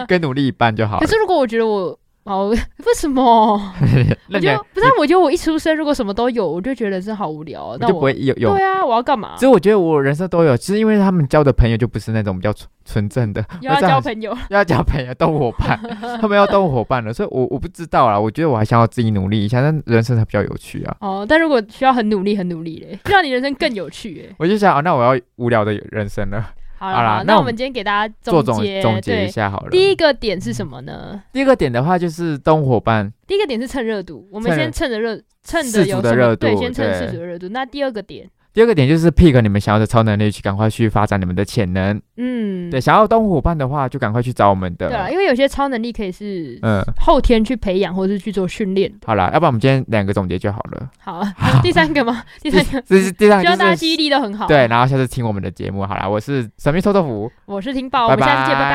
S1: 跟努力一半就好
S2: 可
S1: 了。
S2: 是如果我觉得我哦， 为什么？
S1: 那
S2: 我
S1: 你
S2: 觉得不是啊，我觉得我一出生如果什么都有，我就觉得人生好无聊哦。
S1: 我
S2: 那
S1: 就不
S2: 我
S1: 会有有
S2: 对啊，我要干嘛
S1: 其？实我觉得我人生都有，其实因为他们交的朋友就不是那种比较纯纯正的，
S2: 又要
S1: 我这样
S2: 交
S1: 很
S2: 朋友，
S1: 要交朋友、动物伙 伴，他们要动物伙伴了，所以我我不知道啦。我觉得我还想要自己努力一下，但人生才比较有趣啊。
S2: 哦，但如果需要很努力，很努力 嘞，就让你人生更有趣哎。
S1: 我就想，哦、那我要无聊的人生了，
S2: 好了，
S1: 好啦
S2: 好那
S1: 那我
S2: 我们今天给大家
S1: 做
S2: 总
S1: 总
S2: 结，
S1: 总结一
S2: 对，
S1: 下好了。
S2: 第
S1: 一
S2: 一个点是什么呢？
S1: 第二个点的话，就是动物伙伴，
S2: 第一个点是趁热度，我们
S1: 趁热
S2: 先趁着热，趁着
S1: 世
S2: 有
S1: 俗
S2: 什么
S1: 的热度
S2: 对，先趁
S1: 对
S2: 世俗的热度。那第二个点，
S1: 第二个点就是 pick 你们想要的超能力，去赶快去发展你们的潜能。
S2: 嗯，
S1: 对，想要动物伙伴的话，就赶快去找我们的。
S2: 对啊，因为有些超能力可以是
S1: 嗯，
S2: 后天去培养或是去做训练的。
S1: 好啦，要不然我们今天两个总结就好了。
S2: 好，还 有第三个吗？第三个。
S1: 这是 第三
S2: 希
S1: 个，
S2: 望嗯大家哦
S1: 就是
S2: 记忆力都很好。
S1: 对，，然后下次听我们的节目好啦。我是神秘臭豆腐，
S2: 我是婷宝，
S1: 拜
S2: 我们下次见，
S1: 拜
S2: 拜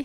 S2: 拜